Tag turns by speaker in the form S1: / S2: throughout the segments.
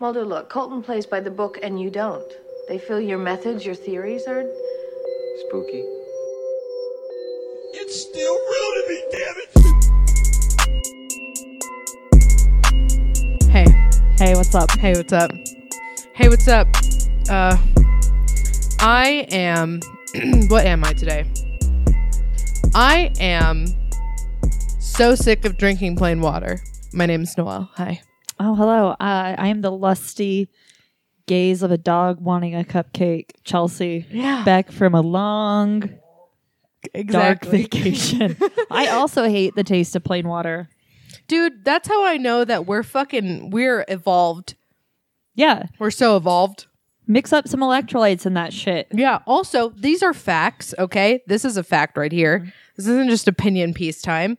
S1: Mulder, look, Colton plays by the book and you don't. They feel your methods, your theories are.
S2: Spooky.
S3: It's still real to me, damn it!
S4: Hey, hey, what's up? Hey, what's up? Hey, what's up? Uh, I am. what am I today? I am so sick of drinking plain water. My name's Noelle. Hi.
S5: Oh, hello. Uh, I am the lusty gaze of a dog wanting a cupcake. Chelsea,
S4: Yeah.
S5: back from a long,
S4: Exactly.
S5: dark vacation. I also hate the taste of plain water.
S4: Dude, that's how I know that we're fucking. We're evolved.
S5: Yeah,
S4: We're so evolved.
S5: mix up some electrolytes and that shit.
S4: Yeah. Also, these are facts, okay? This is a fact right here. This isn't just opinion piece time.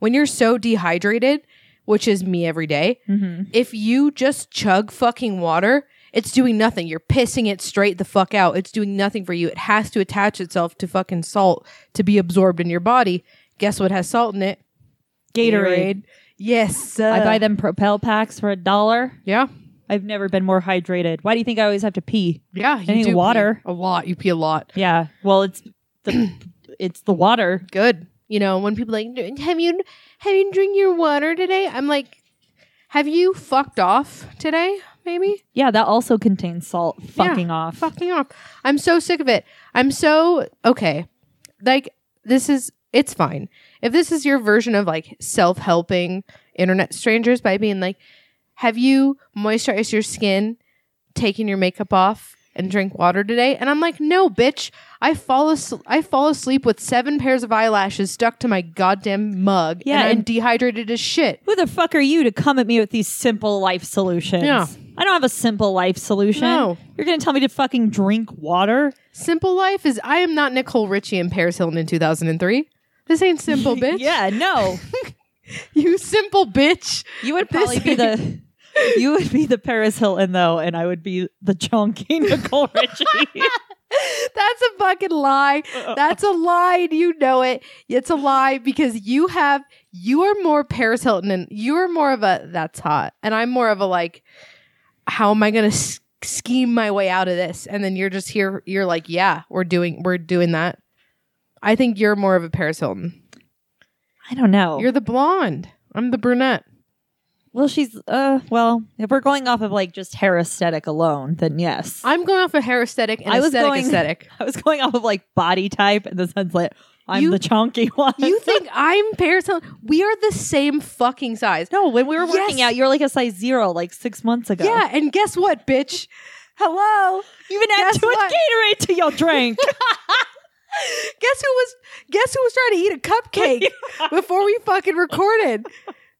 S4: When you're so dehydrated, which is me every day,
S5: Mm-hmm.
S4: if you just chug fucking water, it's doing nothing. You're pissing it straight the fuck out. It's doing nothing for you. It has to attach itself to fucking salt to be absorbed in your body. Guess what has salt in it?
S5: Gatorade.
S4: Yes. sir.
S5: I buy them Propel packs for a dollar.
S4: Yeah.
S5: I've never been more hydrated. Why do you think I always have to pee?
S4: Yeah.
S5: I need
S4: pee
S5: water.
S4: A lot. You pee a lot.
S5: Yeah, well, it's the it's the water.
S4: good. You know, when people like, have you have you drink your water today? I'm like, have you fucked off today? Maybe
S5: Yeah, that also contains salt. Fucking off.
S4: fucking off. I'm so sick of it. I'm so okay. Like this is it's fine. If this is your version of like self helping internet strangers by being like, have you moisturized your skin, taken your makeup off, and drink water today? And I'm like, no, bitch. I fall as- I fall asleep with seven pairs of eyelashes stuck to my goddamn mug.
S5: Yeah,
S4: and I'm
S5: and-
S4: dehydrated as shit.
S5: Who the fuck are you to come at me with these simple life solutions?
S4: Yeah.
S5: I don't have a simple life solution.
S4: No.
S5: You're going to tell me to fucking drink water?
S4: Simple life is I am not Nicole Richie in Paris Hilton in 2003. This ain't simple, bitch.
S5: Yeah, no.
S4: You simple bitch.
S5: You would
S4: This
S5: probably be the You would be the Paris Hilton though, and I would be the chunky Nicole Richie.
S4: That's a fucking lie. That's a lie. and You know it. It's a lie because you have you are more Paris Hilton and you are more of a that's hot, and I'm more of a like, how am I gonna s- scheme my way out of this? And then you're just here. You're like, yeah, we're doing we're doing that. I think you're more of a Paris Hilton.
S5: I don't know.
S4: You're the blonde. I'm the brunette.
S5: well, she's uh well, if we're going off of like just hair aesthetic alone, then yes.
S4: I'm going off a hair aesthetic and
S5: I was
S4: aesthetic
S5: going-
S4: aesthetic.
S5: I was going off of like body type in the sense that I'm
S4: You-
S5: the chunky one.
S4: You think I'm Paris Hilton? We are the same fucking size.
S5: no, when we were working
S4: Yes.
S5: out, you were like a size zero like six months ago.
S4: Yeah, and guess what, bitch? Hello.
S5: You even add
S4: Guess
S5: too much
S4: what?
S5: Gatorade to your drink.
S4: Guess who was guess who was trying to eat a cupcake before we fucking recorded?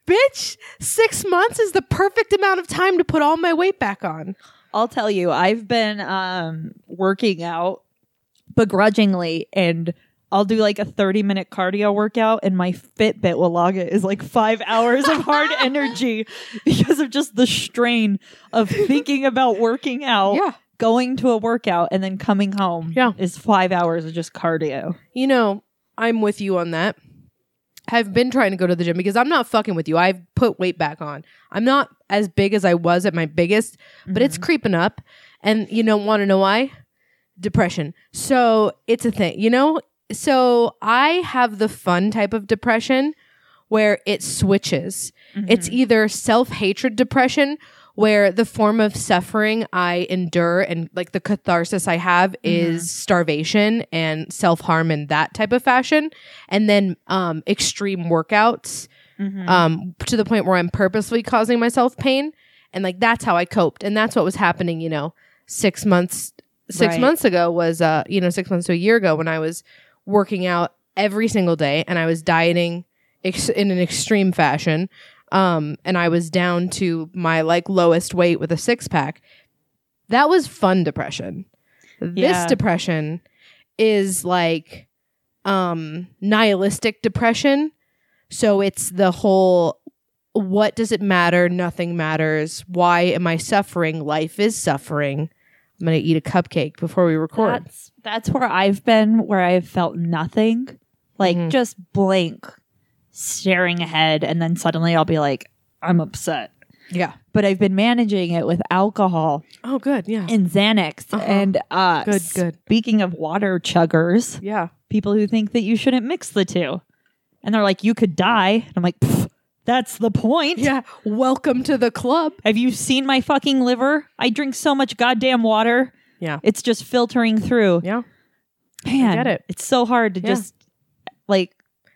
S4: Bitch, 6 months is the perfect amount of time to put all my weight back on.
S5: I'll tell you, I've been um, working out begrudgingly, and I'll do like a 30 minute cardio workout, and my Fitbit will log it as like five hours of hard energy because of just the strain of thinking about working out.
S4: Yeah.
S5: Going to a workout and then coming home
S4: Yeah.
S5: is five hours of just cardio.
S4: You know, I'm with you on that. I've been trying to go to the gym because I'm not fucking with you. I've put weight back on. I'm not as big as I was at my biggest, but it's creeping up. And you don't want to know why? Depression. So it's a thing, you know? So I have the fun type of depression where it switches.
S5: Mm-hmm.
S4: It's either self hatred depression, where the form of suffering I endure and like the catharsis I have is starvation and self harm in that type of fashion, and then um, extreme workouts
S5: Mm-hmm.
S4: um, to the point where I'm purposely causing myself pain. And like that's how I coped. And that's what was happening, you know, six months six
S5: Right.
S4: months ago was uh, you know, six months to a year ago when I was working out every single day and I was dieting ex- in an extreme fashion. Um, and I was down to my like lowest weight with a six pack. That was fun depression. This
S5: Yeah.
S4: depression is like um nihilistic depression. So it's the whole what does it matter? Nothing matters. Why am I suffering? Life is suffering. I'm going to eat a cupcake before we record.
S5: That's that's where I've been, where I've felt nothing, like
S4: Mhm.
S5: just blank, staring ahead, and then suddenly I'll be like, I'm upset,
S4: Yeah.
S5: but I've been managing it with alcohol
S4: Oh, good. Yeah.
S5: and Xanax.
S4: Uh-huh.
S5: And uh,
S4: Good, good.
S5: Speaking of water chuggers,
S4: yeah.
S5: people who think that you shouldn't mix the two, and they're like, you could die. And I'm like, "Pff, that's the point.
S4: Yeah. Welcome to the club.
S5: Have you seen my fucking liver? I drink so much goddamn water.
S4: Yeah.
S5: It's just filtering through.
S4: Yeah.
S5: Man,
S4: get it.
S5: It's so hard to
S4: Yeah.
S5: just like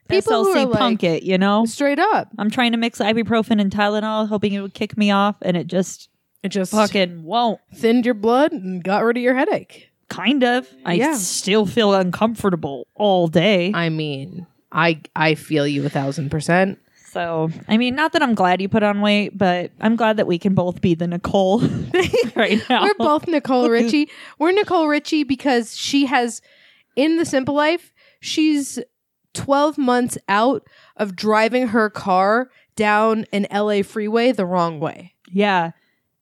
S4: People who are
S5: SLC
S4: like-
S5: punk it, you know?
S4: Straight up.
S5: I'm trying to mix ibuprofen and Tylenol, hoping it would kick me off, and it just
S4: It just
S5: fucking won't.
S4: thinned your blood and got rid of your headache.
S5: Kind of. I
S4: Yeah.
S5: still feel uncomfortable all day.
S4: I mean, I I feel you a thousand percent.
S5: so, I mean, not that I'm glad you put on weight, but I'm glad that we can both be the Nicole right now.
S4: We're both Nicole Richie. We're Nicole Richie because she has, in the simple life, she's 12 months out of driving her car down an LA freeway the wrong way.
S5: Yeah.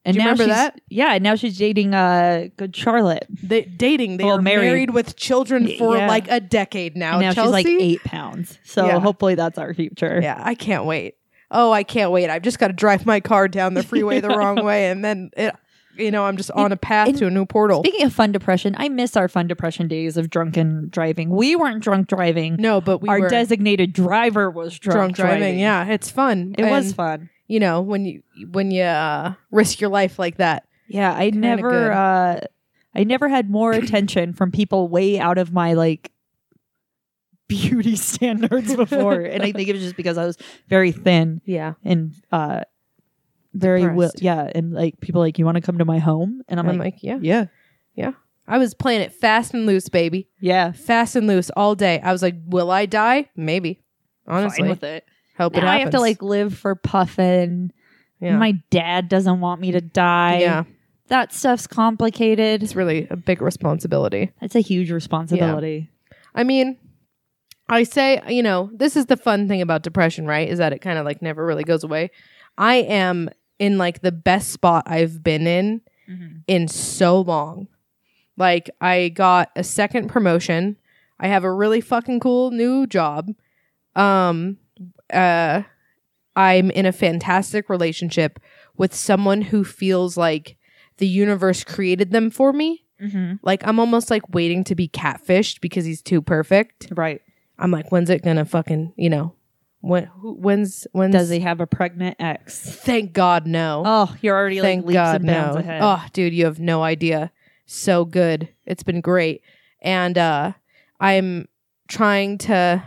S5: And
S4: Do you
S5: now
S4: remember
S5: she's,
S4: that?
S5: Yeah, and now she's dating uh good Charlotte.
S4: They, dating, they
S5: Well,
S4: are married.
S5: married.
S4: with children for
S5: Yeah.
S4: like a decade now.
S5: and now
S4: Chelsea?
S5: she's like eight pounds. So
S4: Yeah.
S5: hopefully that's our future.
S4: Yeah, I can't wait. Oh, I can't wait. I've just got to drive my car down the freeway the wrong way, and then it, you know, I'm just on a path
S5: and
S4: to a new portal.
S5: Speaking of fun depression, I miss our fun depression days of drunken driving. We weren't drunk driving.
S4: no, but we
S5: our
S4: were
S5: designated driver was
S4: drunk
S5: drunk,
S4: driving. Yeah, it's fun.
S5: It was
S4: And,
S5: fun.
S4: You know, when you when you uh, risk your life like that.
S5: Yeah, I
S4: good.
S5: never uh I never had more attention from people way out of my like beauty standards before. and I think it was just because I was very thin
S4: Yeah,
S5: and uh very will
S4: Depressed.
S5: yeah, and like people like you want to come to my home and I'm,
S4: I'm,
S5: like,
S4: like, yeah,
S5: yeah.
S4: I was playing it fast and loose, baby,
S5: Yeah.
S4: fast and loose all day. I was like, will I die? Maybe. Honestly,
S5: Fine with it.
S4: hope it
S5: Now I
S4: happens.
S5: have to like live for Puffin.
S4: yeah.
S5: My dad doesn't want me to die.
S4: yeah,
S5: That stuff's complicated.
S4: it's really a big responsibility.
S5: That's a huge responsibility.
S4: I mean, I say, you know, this is the fun thing about depression, right? Is that it kind of like never really goes away. I am in like the best spot I've been in in so long. Like, I got a second promotion. I have a really fucking cool new job. Um, uh, I'm in a fantastic relationship with someone who feels like the universe created them for me.
S5: Mm-hmm.
S4: Like I'm almost like waiting to be catfished because he's too perfect.
S5: Right.
S4: I'm like, when's it gonna fucking you know, when who, when's when's
S5: Does he have a pregnant ex?
S4: Thank God no.
S5: Oh, you're already like
S4: Thank
S5: leaps
S4: God
S5: and bounds
S4: no.
S5: ahead.
S4: Oh, dude, you have no idea. So good. It's been great, and uh, I'm trying to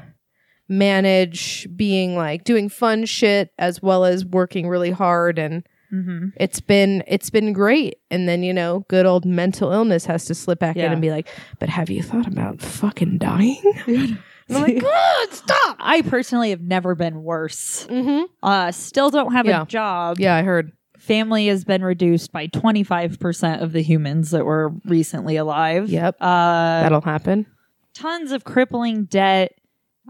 S4: manage being like doing fun shit as well as working really hard and
S5: Mm-hmm.
S4: it's been it's been great and then you know good old mental illness has to slip back in
S5: Yeah.
S4: and be like but have you thought about fucking dying and i'm like
S5: God, stop! I personally have never been worse.
S4: mm-hmm.
S5: Uh, still don't have
S4: Yeah.
S5: a job.
S4: yeah i heard
S5: Family has been reduced by 25% of the humans that were recently alive.
S4: Yep.
S5: Uh,
S4: that'll happen
S5: tons of crippling debt.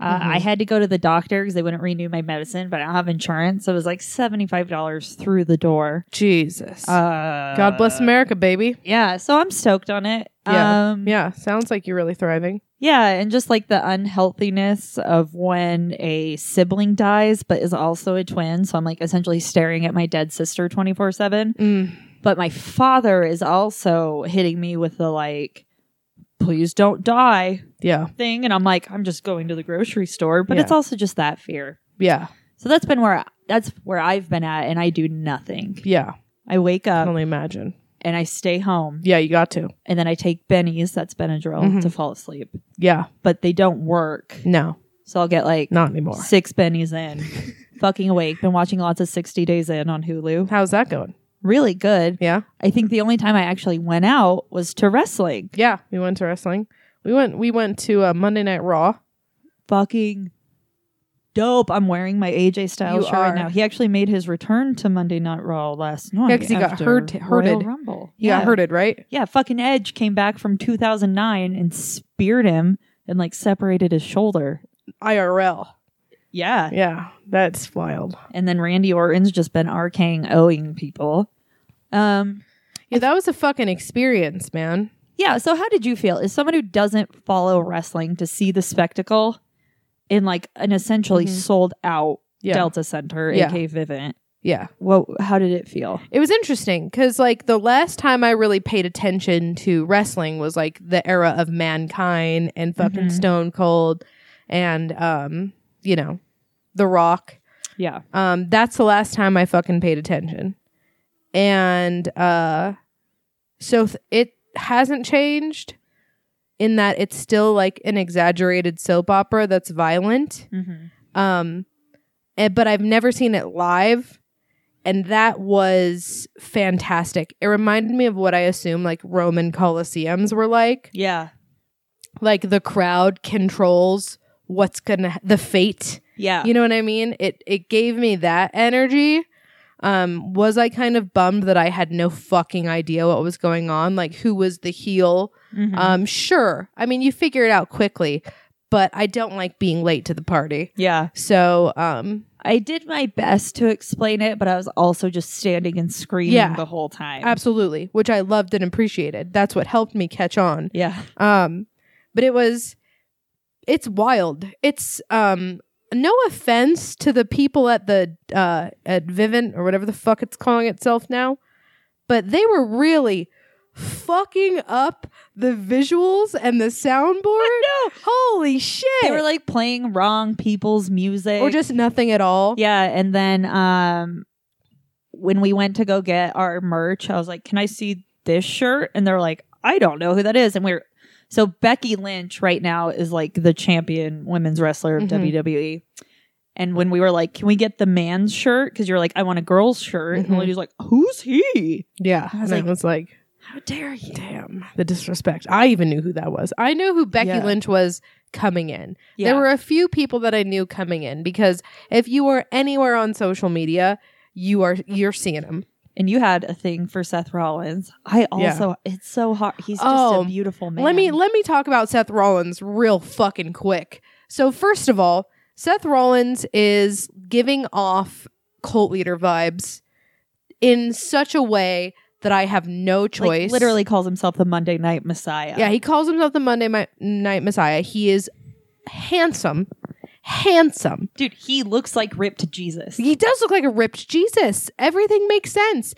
S5: Uh,
S4: Mhm.
S5: I had to go to the doctor because they wouldn't renew my medicine, but I don't have insurance. So it was like $75 through the door.
S4: jesus
S5: Uh,
S4: god bless america baby
S5: Yeah. So I'm stoked on it.
S4: Yeah.
S5: Um,
S4: yeah sounds like you're really thriving
S5: Yeah, and just like the unhealthiness of when a sibling dies but is also a twin. So I'm like essentially staring at my dead sister 24 7.
S4: mm.
S5: But my father is also hitting me with the like, please don't die
S4: yeah
S5: thing. And I'm like, I'm just going to the grocery store. But it's
S4: Yeah.
S5: also just that fear.
S4: yeah
S5: So that's been where that's where I've been at and I do nothing.
S4: yeah
S5: I wake
S4: i can
S5: up
S4: only imagine
S5: and I stay home
S4: yeah you got to
S5: and then I take Benny's, that's Benadryl,
S4: Mhm.
S5: to fall asleep.
S4: yeah
S5: But they don't work.
S4: no
S5: So I'll get like
S4: not anymore
S5: Six Bennies in. Fucking awake. Been watching lots of 60 Days In on Hulu.
S4: how's that going
S5: Really good.
S4: yeah
S5: I think the only time I actually went out was to wrestling.
S4: yeah we went to wrestling we went we went to uh, monday night raw
S5: Fucking dope. I'm wearing my AJ Styles
S4: You
S5: shirt
S4: are.
S5: right now. He actually made his return to Monday Night Raw last night.
S4: Yeah, 'cause he got
S5: after
S4: hurt-
S5: Royal
S4: hurted.
S5: Rumble.
S4: you got hurted right
S5: Yeah, fucking Edge came back from 2009 and speared him and like separated his shoulder.
S4: irl
S5: Yeah.
S4: Yeah, that's wild.
S5: And then Randy Orton's just been arcane owing people. Um,
S4: Yeah, that was a fucking experience, man.
S5: Yeah. So, how did you feel? Is someone who doesn't follow wrestling to see the spectacle in like an essentially
S4: Mhm.
S5: sold out
S4: Yeah.
S5: Delta Center,
S4: Yeah.
S5: aka Vivint?
S4: Yeah.
S5: What? How did it feel?
S4: It was interesting because, like, the last time I really paid attention to wrestling was like the era of Mankind and fucking
S5: Mhm.
S4: Stone Cold and, um, you know, The Rock.
S5: Yeah.
S4: Um, that's the last time I fucking paid attention. And uh, so th- it hasn't changed in that it's still like an exaggerated soap opera that's violent.
S5: Mm-hmm.
S4: Um, eh, but I've never seen it live. And that was fantastic. It reminded me of what I assume like Roman Colosseums were like.
S5: Yeah.
S4: Like the crowd controls what's gonna, ha- the fate
S5: Yeah.
S4: you know what I mean? It it gave me that energy. Um, was I kind of bummed that I had no fucking idea what was going on? Like who was the heel?
S5: Mhm.
S4: Um, sure. I mean, you figure it out quickly, but I don't like being late to the party.
S5: yeah.
S4: So, um,
S5: I did my best to explain it, but I was also just standing and screaming
S4: Yeah.
S5: the whole time.
S4: absolutely, which I loved and appreciated. That's what helped me catch on.
S5: Yeah.
S4: Um, but it was it's wild. It's um no offense to the people at the uh at Vivint or whatever the fuck it's calling itself now, but they were really fucking up the visuals and the soundboard. no. Holy shit.
S5: They were like playing wrong people's music.
S4: or just nothing at all.
S5: Yeah, and then um when we went to go get our merch, I was like, "Can I see this shirt?" And they're like, "I don't know who that is." And we are so Becky Lynch right now is like the champion women's wrestler of
S4: Mhm.
S5: WWE. And when we were like, "Can we get the man's shirt?" because you're like, "I want a girl's shirt," and
S4: Mhm.
S5: the lady's like, "Who's he?
S4: Yeah.
S5: I was
S4: and
S5: like-
S4: I was like,
S5: How dare you?"
S4: damn, the disrespect. I even knew who that was. I knew who Becky
S5: Yeah.
S4: Lynch was coming in.
S5: Yeah,
S4: There were a few people that I knew coming in because if you are anywhere on social media, you are you're seeing them.
S5: and you had a thing for Seth Rollins. I also, it's so hard. He's just
S4: Oh,
S5: a beautiful man.
S4: Let me let me talk about Seth Rollins real fucking quick. So first of all, Seth Rollins is giving off cult leader vibes in such a way that I have no
S5: Like,
S4: choice.
S5: literally calls himself the Monday Night Messiah.
S4: Yeah, he calls himself the Monday Mi- Night Messiah. He is handsome. Handsome.
S5: Dude, he looks like ripped Jesus.
S4: He does look like a ripped Jesus. Everything makes sense.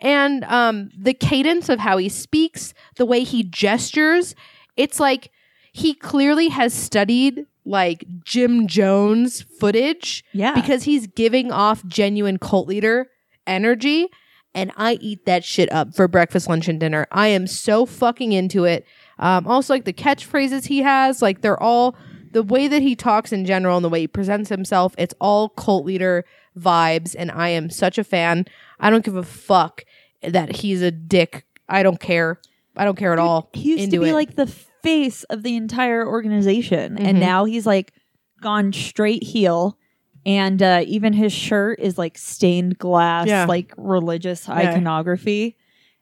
S4: And um the cadence of how he speaks, the way he gestures, it's like he clearly has studied like Jim Jones footage
S5: Yeah.
S4: because he's giving off genuine cult leader energy and I eat that shit up for breakfast, lunch and dinner. I am so fucking into it. Um also like the catchphrases he has, like they're all the way that he talks in general and the way he presents himself, it's all cult leader vibes and I am such a fan. I don't give a fuck that he's a dick. I don't care. I don't care at all.
S5: he used to
S4: into
S5: be
S4: it.
S5: like the face of the entire organization.
S4: Mhm.
S5: And now he's like gone straight heel. And uh, even his shirt is like stained glass,
S4: Yeah.
S5: like religious
S4: Yeah.
S5: iconography.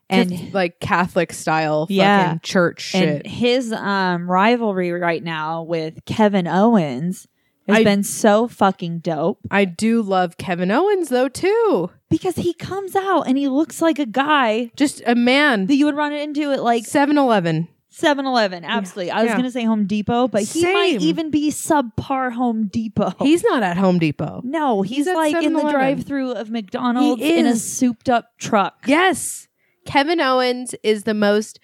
S5: And
S4: Just, like Catholic style
S5: Yeah.
S4: fucking church shit.
S5: and his um, rivalry right now with Kevin Owens has
S4: I-
S5: been so fucking dope.
S4: I do love Kevin Owens though too.
S5: because he comes out and he looks like a guy
S4: Just a man.
S5: that you would run into at like
S4: like 7-Eleven.
S5: 7-Eleven. Absolutely. I was
S4: Yeah.
S5: going to say Home Depot, but he
S4: Same.
S5: might even be subpar Home Depot.
S4: He's not at Home Depot.
S5: no, he's,
S4: he's at
S5: like in the
S4: 7-Eleven.
S5: drive-through of McDonald's
S4: He
S5: in a
S4: is.
S5: souped up truck.
S4: Yes. Kevin Owens is the most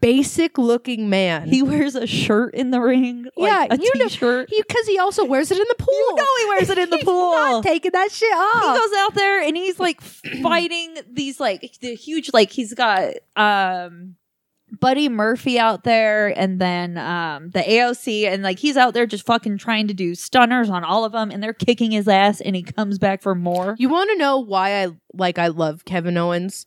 S4: basic looking man.
S5: He wears a shirt in the ring, like
S4: Yeah,
S5: a
S4: you know-
S5: shirt
S4: because he, also wears it in the pool.
S5: You know he wears it in the
S4: He's
S5: pool.
S4: not taking that shit off.
S5: he goes out there and he's like fighting these like the huge like he's got um Buddy Murphy out there and then um the AOC and like he's out there just fucking trying to do stunners on all of them and they're kicking his ass and he comes back for more.
S4: You want to know why I like I love Kevin Owens?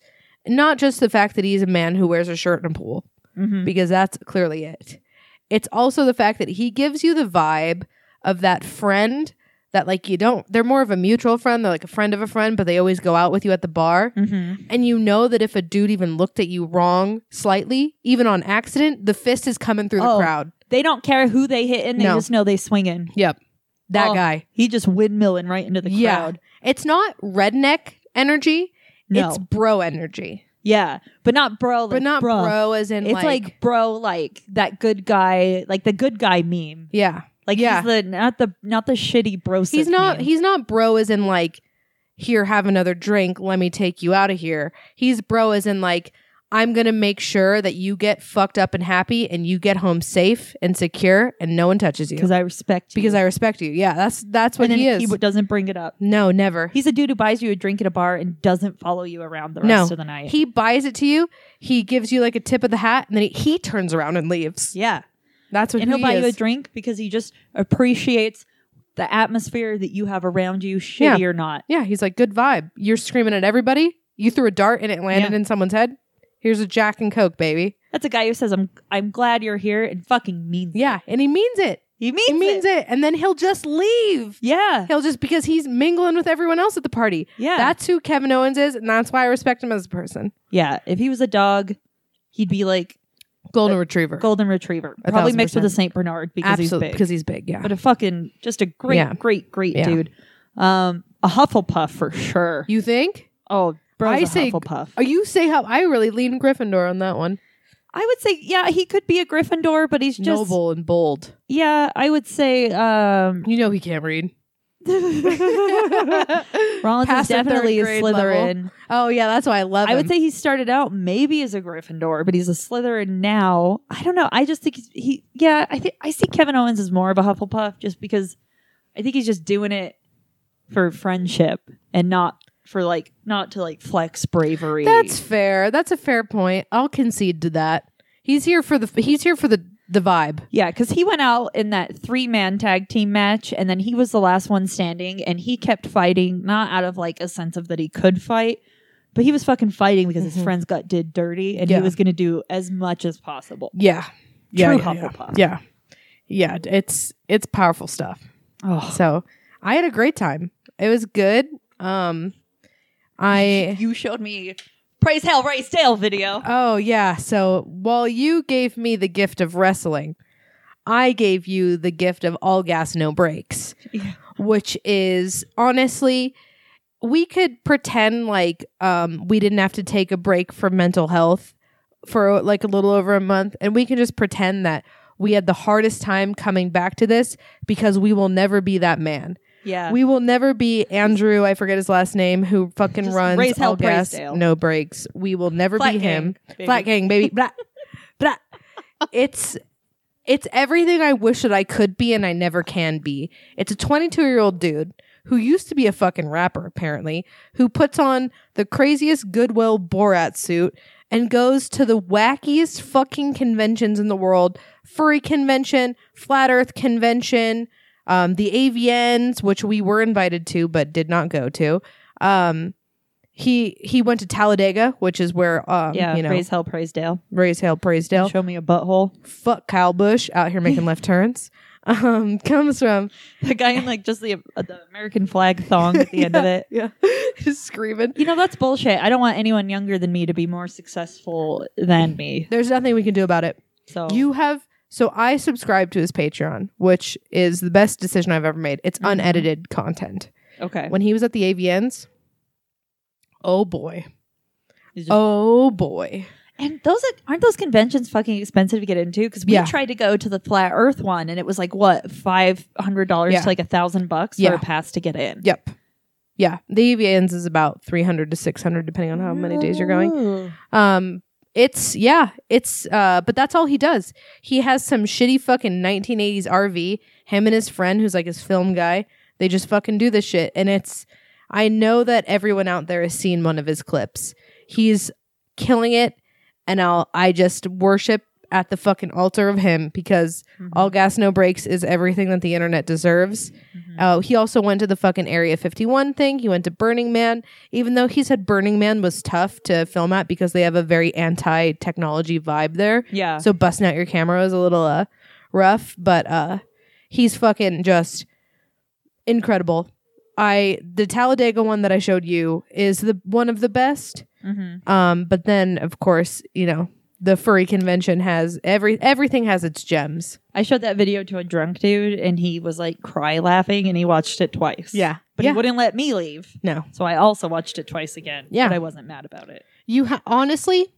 S4: Not just the fact that he's a man who wears a shirt in a pool,
S5: Mhm.
S4: because that's clearly it. It's also the fact that he gives you the vibe of that friend that like you don't they're more of a mutual friend, they're like a friend of a friend, but they always go out with you at the bar.
S5: Mhm.
S4: and you know that if a dude even looked at you wrong slightly, even on accident, the fist is coming through the
S5: Oh.
S4: crowd.
S5: They don't care who they hit and they
S4: No.
S5: just know they swing in.
S4: Yep. That
S5: Oh,
S4: guy.
S5: He just windmilling right into the
S4: Yeah.
S5: crowd.
S4: It's not redneck energy,
S5: No.
S4: it's bro energy.
S5: yeah. But not bro. Like,
S4: but not bro,
S5: bruh.
S4: as in
S5: It's
S4: like,
S5: like, bro, like that good guy, like the good guy meme.
S4: yeah.
S5: Like
S4: Yeah.
S5: he's the not the not the shitty bro.
S4: He's not he's not bro as in like here, have another drink. Let me take you out of here. He's bro is in like, I'm going to make sure that you get fucked up and happy and you get home safe and secure and no one touches you
S5: because I respect you.
S4: because I respect you. Yeah, that's that's what
S5: and then
S4: he is.
S5: w- doesn't bring it up.
S4: no, never.
S5: He's a dude who buys you a drink at a bar and doesn't follow you around the
S4: No.
S5: rest of the night.
S4: He buys it to you. He gives you like a tip of the hat, and then he, he turns around and leaves.
S5: yeah,
S4: That's what
S5: and he'll
S4: he
S5: buy
S4: is.
S5: you a drink because he just appreciates the atmosphere that you have around you, shitty or not.
S4: Yeah, he's like good vibe. You're screaming at everybody. You threw a dart and it landed
S5: Yeah.
S4: in someone's head. Here's a Jack and Coke, baby.
S5: That's a guy who says, "I'm I'm glad you're here," and fucking means it.
S4: Yeah, and he means it.
S5: He means,
S4: He means it, and then he'll just leave.
S5: Yeah,
S4: He'll just because he's mingling with everyone else at the party.
S5: yeah,
S4: That's who Kevin Owens is, and that's why I respect him as a person.
S5: yeah. If he was a dog, he'd be like
S4: Golden retriever,
S5: golden retriever,
S4: A
S5: probably
S4: thousand
S5: mixed with a
S4: percent.
S5: Saint Bernard because
S4: absolutely,
S5: he's big.
S4: because he's big. Yeah,
S5: but a fucking just a great,
S4: Yeah.
S5: great, great
S4: Yeah.
S5: dude. Um, a Hufflepuff for sure.
S4: you think?
S5: oh, bro,
S4: I
S5: I
S4: say-
S5: Hufflepuff.
S4: Oh, you say how I really lean Gryffindor on that one.
S5: I would say, yeah, he could be a Gryffindor, but he's just
S4: Noble and bold.
S5: Yeah, I would say. um
S4: You know he can't read.
S5: Rollins
S4: Past the
S5: is
S4: third
S5: definitely a
S4: grade level.
S5: Slytherin.
S4: Oh yeah, that's why I love.
S5: I would
S4: him.
S5: say he started out maybe as a Gryffindor, but he's a Slytherin now. I don't know. I just think he's, he, yeah, I think I see Kevin Owens as more of a Hufflepuff just because I think he's just doing it for friendship and not for like not to like flex bravery.
S4: that's fair. That's a fair point. I'll concede to that. He's here for the. He's here for the the vibe.
S5: yeah, because he went out in that three man tag team match and then he was the last one standing and he kept fighting, not out of like a sense of that he could fight. But he was fucking fighting because his friends got did dirty, and
S4: Mm-hmm. Yeah.
S5: he was going to do as much as possible.
S4: Yeah.
S5: True
S4: yeah,
S5: Hufflepuff.
S4: Yeah. Yeah. It's it's powerful stuff.
S5: Oh,
S4: So I had a great time. It was good. Um, I.
S5: you showed me praise hell raise tail video
S4: Oh yeah. So while you gave me the gift of wrestling, I gave you the gift of all gas no breaks,
S5: Yeah.
S4: which is honestly we could pretend like um, we didn't have to take a break for mental health for like a little over a month, and we can just pretend that we had the hardest time coming back to this because we will never be that man.
S5: yeah
S4: We will never be Andrew. I forget his last name. Who fucking
S5: Just
S4: runs
S5: raise hell,
S4: all gas,
S5: Braisdale.
S4: no breaks. We will never
S5: Flat
S4: be
S5: gang,
S4: him.
S5: baby.
S4: Flat gang, baby. Blah, blah. It's it's everything I wish that I could be and I never can be. It's a 22 year old dude who used to be a fucking rapper apparently, who puts on the craziest Goodwill Borat suit and goes to the wackiest fucking conventions in the world: furry convention, flat Earth convention um, the AVNs, which we were invited to but did not go to. Um, he he went to Talladega, which is where um,
S5: yeah
S4: you know
S5: praise hell praise dale
S4: raise hail Praisedale.
S5: show me a butthole
S4: Fuck Kyle Bush out here making left turns. Um, comes from
S5: the guy in like just the, uh, the american flag thong at the end of it
S4: yeah, just screaming.
S5: you know that's bullshit i don't want anyone younger than me to be more successful than me
S4: There's nothing we can do about it.
S5: so
S4: You have so I subscribe to his Patreon, which is the best decision I've ever made. It's
S5: Mhm.
S4: unedited content.
S5: okay
S4: When he was at the AVNs, oh boy,
S5: He's just-
S4: oh boy.
S5: and those aren't those conventions fucking expensive to get into because we
S4: Yeah.
S5: tried to go to the flat earth one and it was like what five hundred dollars
S4: Yeah.
S5: to like a thousand bucks for
S4: Yeah.
S5: a pass to get in
S4: Yep. Yeah, the EVNs is about 300 to 600 depending on how many days you're going.
S5: Ooh.
S4: Um it's yeah, it's uh but that's all he does. He has some shitty fucking 1980s RV, him and his friend who's like his film guy. They just fucking do this shit and it's I know that everyone out there has seen one of his clips. He's killing it and I'll I just worship at the fucking altar of him because
S5: Mhm.
S4: all gas no breaks is everything that the internet deserves.
S5: Mhm.
S4: Oh, he also went to the fucking Area 51 thing. He went to Burning Man, even though he said Burning Man was tough to film at because they have a very anti technology vibe there.
S5: yeah
S4: So busting out your camera was a little uh, rough, but uh, he's fucking just incredible. I the Talladega one that I showed you is the one of the best.
S5: mm-hmm.
S4: Um, but then of course you know the furry convention has every everything has its gems.
S5: I showed that video to a drunk dude and he was like cry laughing and he watched it twice. But
S4: yeah.
S5: he wouldn't let me leave.
S4: no.
S5: So I also watched it twice again.
S4: Yeah.
S5: But I wasn't mad about it.
S4: You ha- honestly,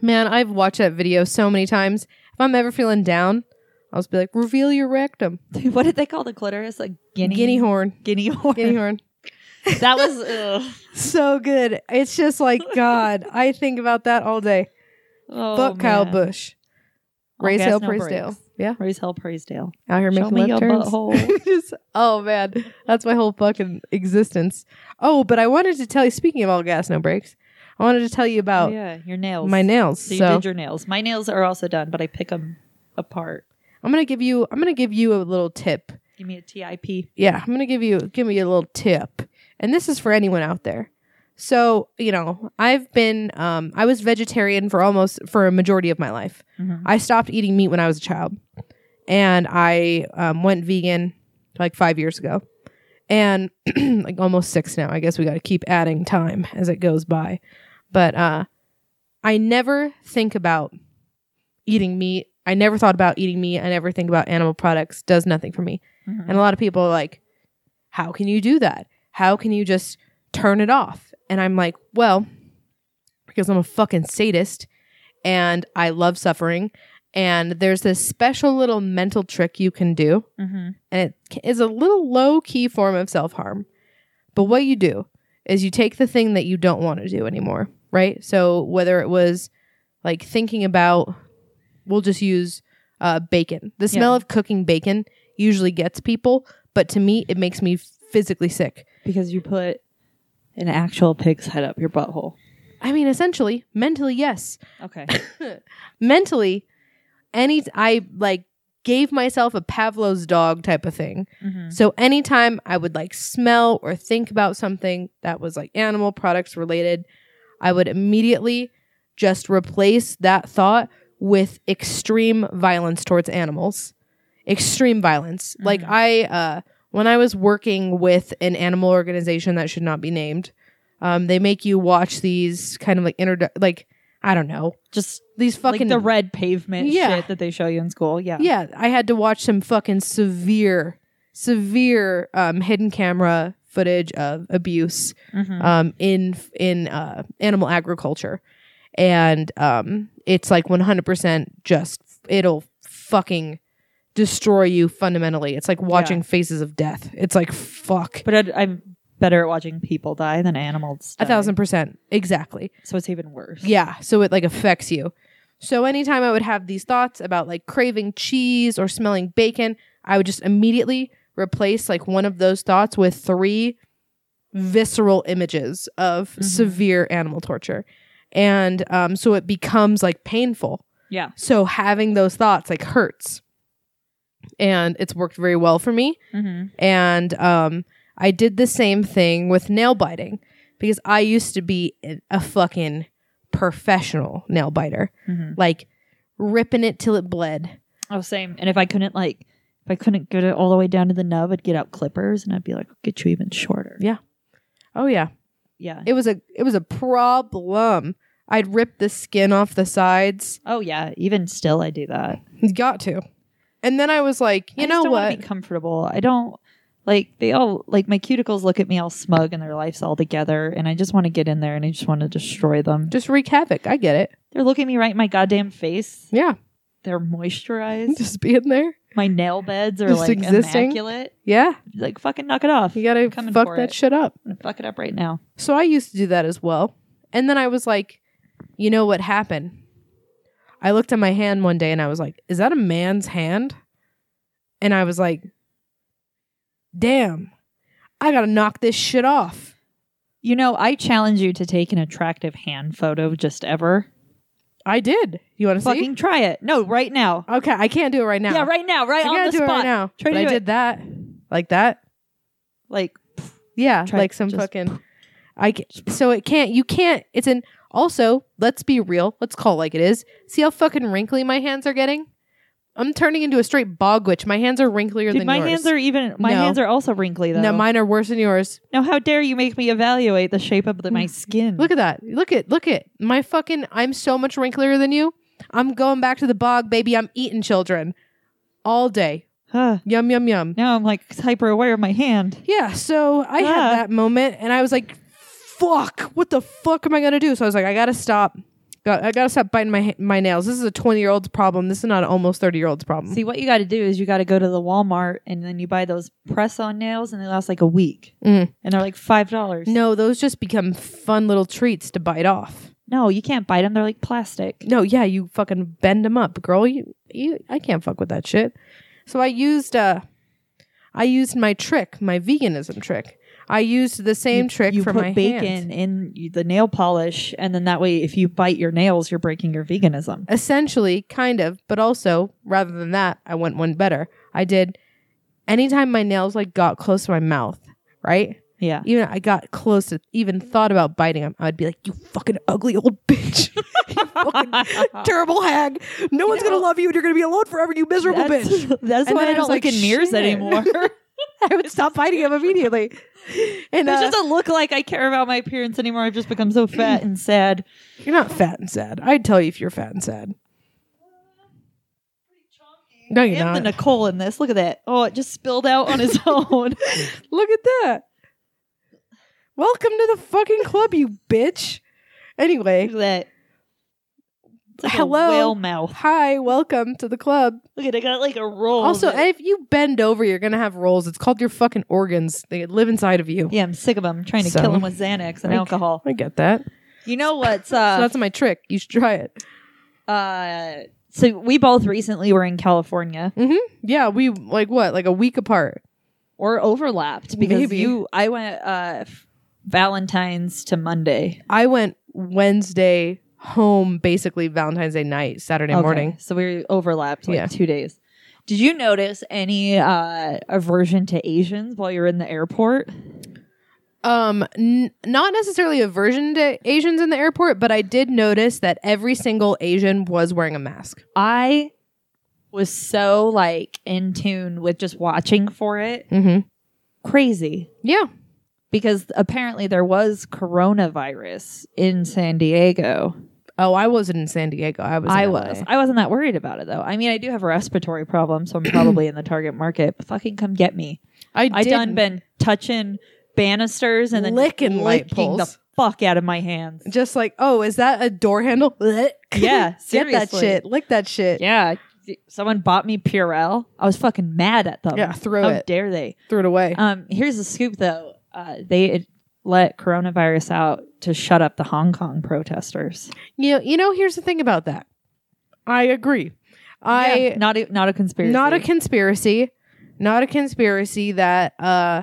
S4: man, I've watched that video so many times. If I'm ever feeling down, I'll just be like, "Reveal your rectum,
S5: what did they call the clitoris? Like guinea
S4: guinea horn,
S5: Guinea horn.
S4: guinea horn."
S5: That was ugh.
S4: so good. It's just like God. I think about that all day.
S5: Oh,
S4: Fuck Kyle
S5: man.
S4: Bush,
S5: All
S4: Raise
S5: gas,
S4: Hale
S5: no
S4: Praisedale.
S5: brakes.
S4: Yeah,
S5: Raise hell, praise Dale.
S4: out here
S5: Show
S4: making
S5: me
S4: left
S5: your
S4: turns.
S5: butthole.
S4: Just- oh man, that's my whole fucking existence. Oh, but I wanted to tell you. Speaking of all gas, no breaks. I wanted to tell you about
S5: yeah, your Oh. nails.
S4: my nails.
S5: So
S4: So,
S5: you did your nails. My nails are also done, but I pick them apart.
S4: I'm gonna give you. I'm gonna give you a little tip.
S5: Give me a TIP.
S4: yeah, I'm gonna give you give me a little tip, and this is for anyone out there. So you know, I've been um, I was vegetarian for almost for a majority of my life.
S5: Mhm.
S4: I stopped eating meat when I was a child, and I um, went vegan like five years ago, and like almost six now. I guess we got to keep adding time as it goes by, but uh, I never think about eating meat. I never thought about eating meat. I never think about animal products. Does nothing for me.
S5: Mhm.
S4: And a lot of people are like, how can you do that? How can you just turn it off? And I'm like, well, because I'm a fucking sadist and I love suffering. And there's this special little mental trick you can do.
S5: Mhm.
S4: And it is a little low key form of self harm. But what you do is you take the thing that you don't want to do anymore, right? So whether it was like thinking about, we'll just use uh, bacon. The smell
S5: Yeah.
S4: of cooking bacon usually gets people, but to me, it makes me physically sick.
S5: Because you put an actual pig's head up your butthole.
S4: I mean, essentially, mentally, yes.
S5: Okay.
S4: Mentally, any I like gave myself a Pavlov's dog type of thing.
S5: Mhm.
S4: So anytime I would like smell or think about something that was like animal products related, I would immediately just replace that thought with extreme violence towards animals. Extreme violence.
S5: Mm-hmm.
S4: Like I uh when I was working with an animal organization that should not be named, um, they make you watch these kind of like inter like I don't know
S5: Just
S4: these fucking
S5: like the red pavement
S4: Yeah.
S5: shit that they show you in school. Yeah.
S4: yeah, I had to watch some fucking severe, severe um, hidden camera footage of abuse
S5: Mhm.
S4: um, in in uh, animal agriculture, and um, it's like 100 percent just it'll fucking destroy you fundamentally. It's like watching Faces of Death. It's like fuck.
S5: But I'd, I'm better at watching people die than animals.
S4: A
S5: die.
S4: thousand percent, exactly.
S5: So it's even worse.
S4: Yeah, so it like affects you. So anytime I would have these thoughts about like craving cheese or smelling bacon, I would just immediately replace like one of those thoughts with three visceral images of
S5: Mhm.
S4: severe animal torture. And um, so it becomes like painful.
S5: Yeah.
S4: So having those thoughts like hurts. And it's worked very well for me
S5: hmm
S4: and um, I did the same thing with nail biting because I used to be a- a fucking professional nail biter,
S5: Mhm.
S4: like ripping it till it bled.
S5: Oh, same. And if I couldn't like, if I couldn't get it all the way down to the nub, I'd get out clippers and I'd be like, "I'll get you even shorter.
S4: Yeah. Oh yeah,
S5: Yeah.
S4: it was a it was a problem. I'd rip the skin off the sides.
S5: oh yeah. Even still, I do that.
S4: Got to. And then I was like, you
S5: I just
S4: know
S5: don't wanna
S4: what?
S5: Be comfortable. I don't like they all like my cuticles look at me all smug and their life's all together, and I just want to get in there and I just want to destroy them.
S4: Just wreak havoc. I get it.
S5: They're looking me right in my goddamn face.
S4: Yeah.
S5: They're moisturized.
S4: Just being there.
S5: my nail beds are
S4: Just
S5: like
S4: existing.
S5: immaculate.
S4: Yeah.
S5: Like fucking knock it off.
S4: You gotta
S5: Coming
S4: fuck
S5: for
S4: that
S5: it.
S4: shit up.
S5: I'm gonna fuck it up right now.
S4: So I used to do that as well. And then I was like, you know what happened? I looked at my hand one day and I was like, is that a man's hand? And I was like, damn, I gotta knock this shit off.
S5: You know, I challenge you to take an attractive hand photo just ever.
S4: I did. You wanna
S5: Fucking try it. No, right now.
S4: see? Okay, I can't do it right now.
S5: Yeah, right now,
S4: I
S5: right on
S4: gotta do
S5: the spot.
S4: it right now.
S5: Try
S4: but
S5: to
S4: I
S5: do it.
S4: did that. Like that.
S5: Like
S4: Yeah,
S5: Try-
S4: like some
S5: just-
S4: fucking. I ca- so it can't. You can't. It's an. Also, let's be real. Let's call it like it is. See how fucking wrinkly my hands are getting. I'm turning into a straight bog witch. My hands are wrinklier
S5: dude,
S4: than
S5: my
S4: yours.
S5: hands are even my
S4: No.
S5: hands are also wrinkly though.
S4: no, mine are worse than yours.
S5: Now, how dare you make me evaluate the shape of the, my skin?
S4: Look at that. Look at look at my fucking. I'm so much wrinklier than you. I'm going back to the bog, baby. I'm eating children all day.
S5: Huh.
S4: Yum yum yum.
S5: now I'm like hyper aware of my hand.
S4: Yeah, so I
S5: Yeah.
S4: had that moment and I was like, fuck, what the fuck am I gonna do? So I was like, I gotta stop, Got, I gotta stop biting my my nails. This is a twenty year old's problem. This is not an almost thirty year old's problem.
S5: See, what you got to do is you got to go to the Walmart and then you buy those press on nails and they last like a week.
S4: Mm.
S5: And they're like $5.
S4: no, those just become fun little treats to bite off.
S5: No, you can't bite them. They're like plastic.
S4: No, yeah, you fucking bend them up, girl. You, you, I can't fuck with that shit. So I used, uh, I used my trick, my veganism trick. I used the same
S5: You-
S4: trick
S5: you
S4: for
S5: put
S4: my
S5: bacon
S4: hand.
S5: in y- the nail polish and then that way if you bite your nails you're breaking your veganism
S4: Essentially, kind of, but also rather than that, I went one better. I did. Anytime my nails like got close to my mouth, right?
S5: yeah
S4: Even I got close to even thought about biting him. I'd be like, "You fucking ugly old bitch, you fucking terrible hag. No one's gonna love you, and you're gonna be alone forever, you miserable
S5: that's,
S4: bitch."
S5: that's
S4: And
S5: why
S4: then
S5: i
S4: I
S5: don't
S4: was like,
S5: look in mirrors
S4: "Shit."
S5: anymore it
S4: I would stop biting him immediately. And uh,
S5: doesn't look like i care about my appearance anymore i've just become so fat and sad
S4: you're not fat and sad. I'd tell you if you're fat and sad. No, you're
S5: and the
S4: not.
S5: nicole in this look at that oh it just spilled out on its own
S4: Look at that. Welcome to the fucking club, you bitch.
S5: look
S4: Anyway,
S5: at that it's like
S4: Hello.
S5: a whale mouth
S4: hi, welcome to the club.
S5: look at it got like a roll
S4: Also,
S5: of it.
S4: if you bend over, you're gonna have rolls. It's called your fucking organs. They live inside of you.
S5: yeah i'm sick of them I'm trying to
S4: So-
S5: kill them with xanax and
S4: Okay.
S5: alcohol
S4: I get that.
S5: you know what's
S4: so
S5: uh
S4: that's my trick. You should try it.
S5: Uh, so we both recently were in California
S4: Yeah, we like what, like a week apart.
S5: or overlapped because
S4: Maybe.
S5: you I went uh f- Valentine's to Monday
S4: I went Wednesday home, basically Valentine's Day night, Saturday
S5: Okay,
S4: morning.
S5: So we overlapped like
S4: Yeah.
S5: 2 days. Did you notice any uh aversion to Asians while you're in the airport?
S4: Um, n- not necessarily aversion to Asians in the airport, but I did notice that every single Asian was wearing a mask.
S5: I was so like in tune with just watching for it.
S4: Mm-hmm.
S5: Crazy.
S4: Yeah,
S5: Because apparently there was coronavirus in San Diego.
S4: Oh, I wasn't in San Diego. I was. in
S5: I
S4: LA.
S5: was. I wasn't that worried about it though. I mean, I do have a respiratory problem, so I'm probably in the target market. But fucking come get me.
S4: I,
S5: I
S4: did-
S5: done been touching banisters and then
S4: Licking light
S5: licking the
S4: poles.
S5: fuck out of my hands.
S4: Just like, oh, is that a door handle? Lick.
S5: Yeah,
S4: get that
S5: seriously.
S4: shit. Lick that shit.
S5: Yeah. Someone bought me Purell. I was fucking mad at them.
S4: Yeah, throw
S5: How
S4: it.
S5: dare they?
S4: Threw it away.
S5: Um, here's the scoop though. Uh, they had let coronavirus out to shut up the Hong Kong protesters.
S4: you know, you know. Here's the thing about that. I agree. I
S5: Yeah, not a, not a conspiracy.
S4: not a conspiracy not a conspiracy that uh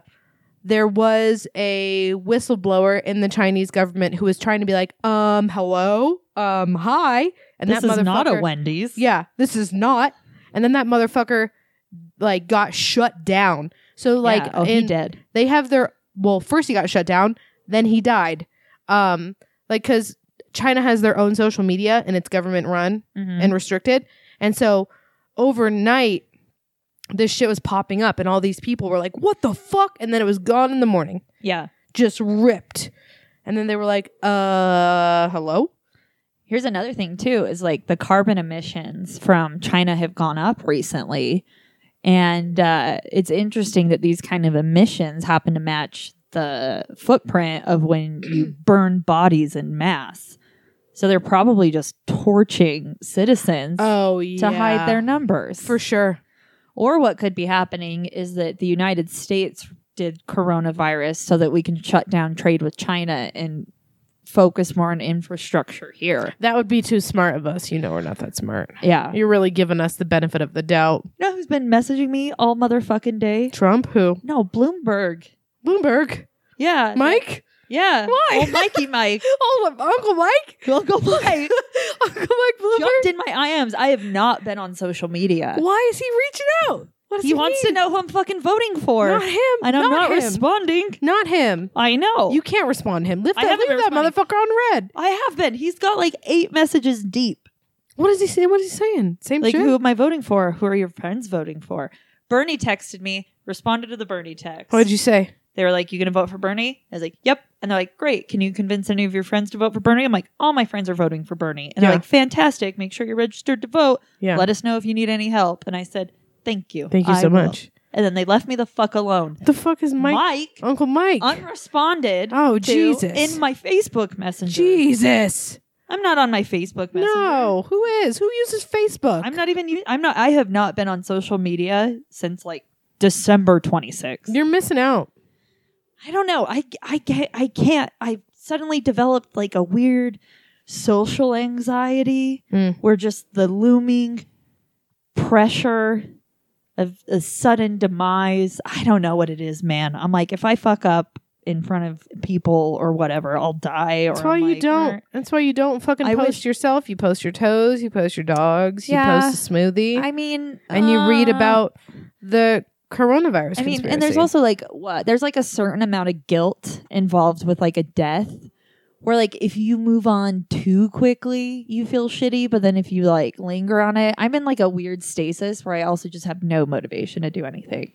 S4: there was a whistleblower in the chinese government who was trying to be like um hello um hi and
S5: This
S4: that
S5: is
S4: motherfucker
S5: not a Wendy's.
S4: yeah this is not and then that motherfucker like got shut down so like
S5: yeah. oh, he
S4: in-
S5: did.
S4: they have their well first he got shut down then he died um like because china has their own social media and it's government run
S5: Mhm.
S4: and restricted. And so overnight, this shit was popping up, and all these people were like, "What the fuck?" And then it was gone in the morning,
S5: yeah.
S4: just ripped. And then they were like, "Uh, hello."
S5: Here's another thing too is like the carbon emissions from China have gone up recently, and uh, it's interesting that these kind of emissions happen to match the footprint of when you burn bodies in mass. So they're probably just torching citizens
S4: Oh, yeah.
S5: to hide their numbers.
S4: for sure.
S5: or what could be happening is that the United States did coronavirus so that we can shut down trade with China and focus more on infrastructure here.
S4: That would be too smart of us. You know, we're not that smart.
S5: Yeah.
S4: You're really giving us the benefit of the doubt.
S5: You know who's been messaging me all motherfucking day?
S4: Trump, who
S5: No, Bloomberg.
S4: Bloomberg,
S5: Yeah.
S4: Mike,
S5: Yeah.
S4: Why?
S5: Old Mikey Mike.
S4: oh, Uncle Mike,
S5: Uncle Mike
S4: Uncle Mike
S5: jumped
S4: Bloomberg.
S5: in my IMs. I have not been on social media.
S4: Why is he reaching out? What does
S5: He wants to know who I'm fucking voting for.
S4: Not him.
S5: and I'm not,
S4: him.
S5: responding.
S4: Not him.
S5: I know.
S4: You can't respond to him. Lift
S5: I
S4: that,
S5: haven't
S4: leave
S5: been
S4: that
S5: responding.
S4: motherfucker on red.
S5: I have been. He's got like eight messages deep.
S4: What is he saying? What is he saying? Same
S5: Like,
S4: shit.
S5: who am I voting for? Who are your friends voting for? Bernie texted me, responded to the Bernie text.
S4: What did you say?
S5: They were like, "You gonna vote for Bernie?" I was like, "Yep." And they're like, "Great. Can you convince any of your friends to vote for Bernie?" I'm like, "All my friends are voting for Bernie." And
S4: Yeah.
S5: they're like, "Fantastic. Make sure you're registered to vote.
S4: Yeah.
S5: Let us know if you need any help." And I said, "Thank you.
S4: Thank you
S5: I
S4: so
S5: will."
S4: much.
S5: And then they left me the fuck alone.
S4: The fuck is Mike?
S5: Mike,
S4: Uncle Mike.
S5: unresponded.
S4: Oh,
S5: to
S4: Jesus.
S5: In my Facebook Messenger.
S4: Jesus.
S5: I'm not on my Facebook Messenger.
S4: No, who is? Who uses Facebook?
S5: I'm not even. u- I'm not. I have not been on social media since like December 26th.
S4: You're missing out.
S5: I don't know. I I get. I can't. I suddenly developed like a weird social anxiety
S4: Mm.
S5: where just the looming pressure of a sudden demise. I don't know what it is, man. I'm like, if I fuck up in front of people or whatever, I'll die. Or
S4: That's why
S5: I'm
S4: you
S5: like,
S4: don't.
S5: "Mer-"
S4: That's why you don't fucking
S5: I
S4: post
S5: wish-
S4: yourself. You post your toes. You post your dogs.
S5: Yeah.
S4: You post a smoothie,
S5: I mean,
S4: and you read
S5: uh,
S4: about the coronavirus.
S5: I mean,
S4: conspiracy.
S5: and there's also like what there's like a certain amount of guilt involved with like a death, where like if you move on too quickly, you feel shitty. But then if you like linger on it, I'm in like a weird stasis where I also just have no motivation to do anything.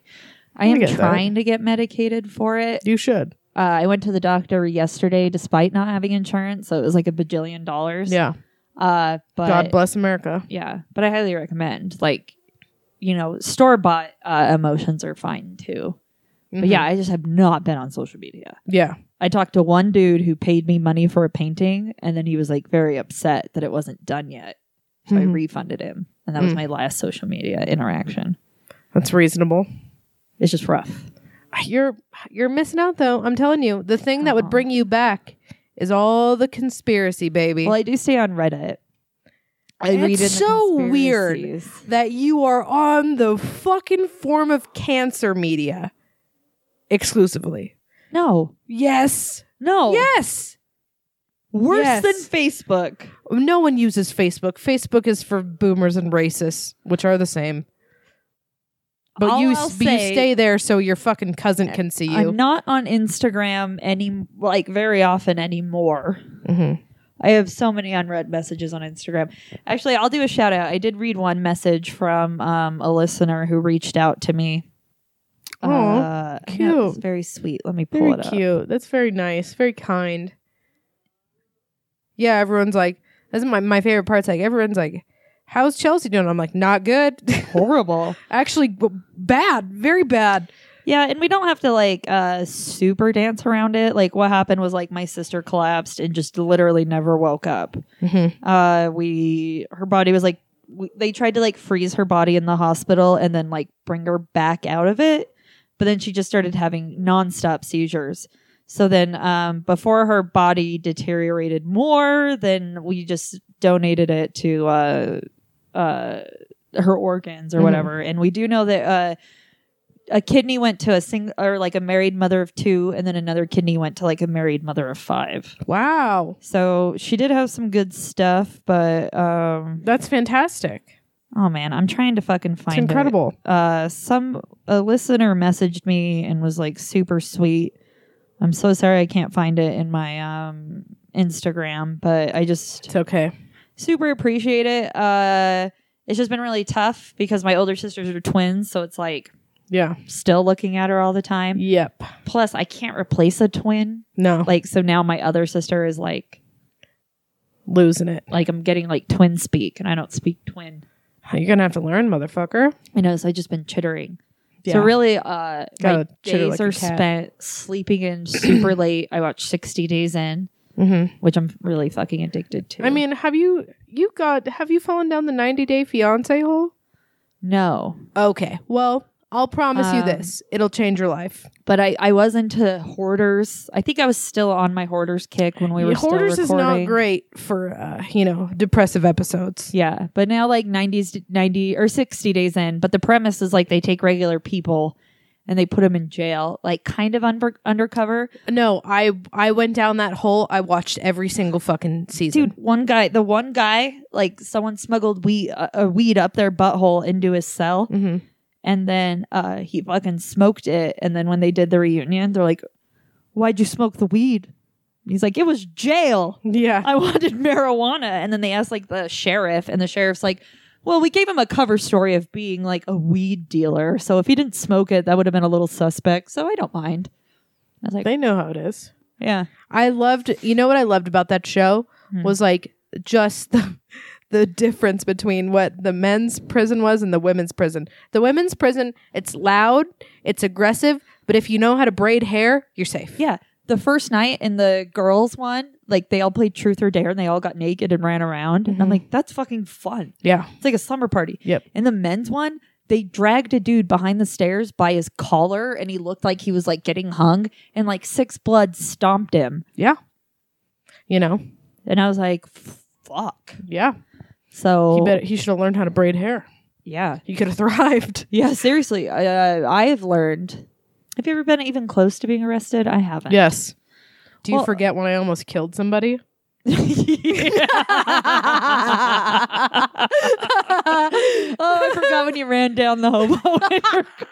S4: I
S5: I am
S4: get that.
S5: trying to get medicated for it.
S4: you should.
S5: Uh, I went to the doctor yesterday, despite not having insurance, so it was like a bajillion dollars.
S4: Yeah.
S5: Uh, but
S4: God bless America.
S5: yeah, but I highly recommend. Like, you know, store bought uh, emotions are fine too. But yeah,
S4: Mhm.
S5: I just have not been on social media.
S4: Yeah.
S5: I talked to one dude who paid me money for a painting, and then he was like very upset that it wasn't done yet. So I
S4: Mhm.
S5: refunded him, and that was
S4: Mm.
S5: my last social media interaction.
S4: That's reasonable.
S5: It's just rough.
S4: You're you're missing out though. I'm telling you, the thing that
S5: Aw.
S4: would bring you back is all the conspiracy, baby.
S5: Well, I do stay on Reddit. I
S4: It's
S5: read in the
S4: so weird.
S5: conspiracies.
S4: that you are on the fucking form of cancer media exclusively.
S5: No,
S4: Yes.
S5: no,
S4: Yes.
S5: worse
S4: Yes.
S5: than Facebook.
S4: No one uses Facebook. Facebook is for boomers and racists, which are the same. But
S5: All
S4: you,
S5: I'll
S4: but you
S5: say-
S4: stay there so your fucking cousin can see
S5: I'm
S4: you.
S5: not on Instagram any like very often anymore.
S4: Mhm.
S5: I have so many unread messages on Instagram. Actually, I'll do a shout out. I did read one message from um, a listener who reached out to me.
S4: Aw,
S5: I know, it was
S4: cute.
S5: very sweet. Let me pull
S4: Very
S5: it up.
S4: cute. That's very nice. Very kind. Yeah, everyone's like, that's my, my favorite part's like, everyone's like, how's Chelsea doing? I'm like, not good.
S5: Horrible.
S4: Actually, b- bad. Very bad.
S5: Yeah, and we don't have to like uh super dance around it. Like what happened was like my sister collapsed and just literally never woke up.
S4: Mhm.
S5: Uh we her body was like we, they tried to like freeze her body in the hospital and then like bring her back out of it, but then she just started having nonstop seizures. So then um before her body deteriorated more, then we just donated it to uh uh her organs or
S4: Mhm.
S5: whatever. And we do know that uh a kidney went to a single or like a married mother of two and then another kidney went to like a married mother of five
S4: Wow.
S5: so she did have some good stuff but um
S4: That's fantastic.
S5: oh man i'm trying to fucking
S4: It's
S5: find it.
S4: incredible.
S5: uh some a listener messaged me and was like super sweet i'm so sorry i can't find it in my um instagram but i just
S4: It's okay.
S5: super appreciate it uh it's just been really tough because my older sisters are twins so it's like
S4: Yeah.
S5: still looking at her all the time
S4: Yep.
S5: plus i can't replace a twin
S4: No.
S5: like so now my other sister is like
S4: Losing it.
S5: like i'm getting like twin speak and i don't speak twin
S4: You're gonna have to learn, motherfucker.
S5: you know so i've just been chittering
S4: Yeah.
S5: so really uh my
S4: Gotta chitter
S5: days
S4: like a
S5: are
S4: cat.
S5: spent sleeping in super late i watched 60 days in
S4: Mhm.
S5: which i'm really fucking addicted to
S4: I mean, have you you got have you fallen down the 90 day fiance hole?
S5: no
S4: Okay. Well, I'll promise you
S5: Um,
S4: this. It'll change your life.
S5: but I, I was into hoarders. I think I was still on my hoarders kick when we were
S4: Hoarders
S5: still
S4: is not
S5: recording.
S4: great for uh, you know, depressive episodes.
S5: Yeah, but now like 90s, d- 90 or 60 days in. But the premise is like they take regular people and they put them in jail, like kind of under, undercover.
S4: No, I I went down that hole. I watched every single fucking season.
S5: Dude, one guy, the one guy, like someone smuggled weed, uh, a weed up their butthole into his cell,
S4: Mhm.
S5: and then uh, he fucking smoked it. And then when they did the reunion, they're like, "Why'd you smoke the weed?" And he's like, "It was jail."
S4: Yeah.
S5: I wanted marijuana. And then they asked like the sheriff, and the sheriff's like, well, we gave him a cover story of being like a weed dealer. So if he didn't smoke it, that would have been a little suspect. So I don't mind. I was like,
S4: They know how it is.
S5: yeah.
S4: I loved you know what I loved about that show
S5: Hmm.
S4: was like just the the difference between what the men's prison was and the women's prison. The women's prison, it's loud, it's aggressive, but if you know how to braid hair, you're safe.
S5: Yeah. the first night in the girls one, like they all played truth or dare and they all got naked and ran around. And I'm
S4: Mhm.
S5: like, that's fucking fun.
S4: Yeah.
S5: It's like a slumber party.
S4: Yep.
S5: In the men's one, they dragged a dude behind the stairs by his collar and he looked like he was like getting hung and like six blood stomped him.
S4: You know.
S5: And I was like, fuck.
S4: Yeah.
S5: So
S4: He better, he should have learned how to braid hair.
S5: yeah.
S4: He could have thrived.
S5: Yeah, seriously. I, I I've learned. Have you ever been even close to being arrested? I haven't.
S4: Yes. Do you
S5: Well-
S4: forget when I almost killed somebody?
S5: oh, I forgot when you ran down the hobo in your car.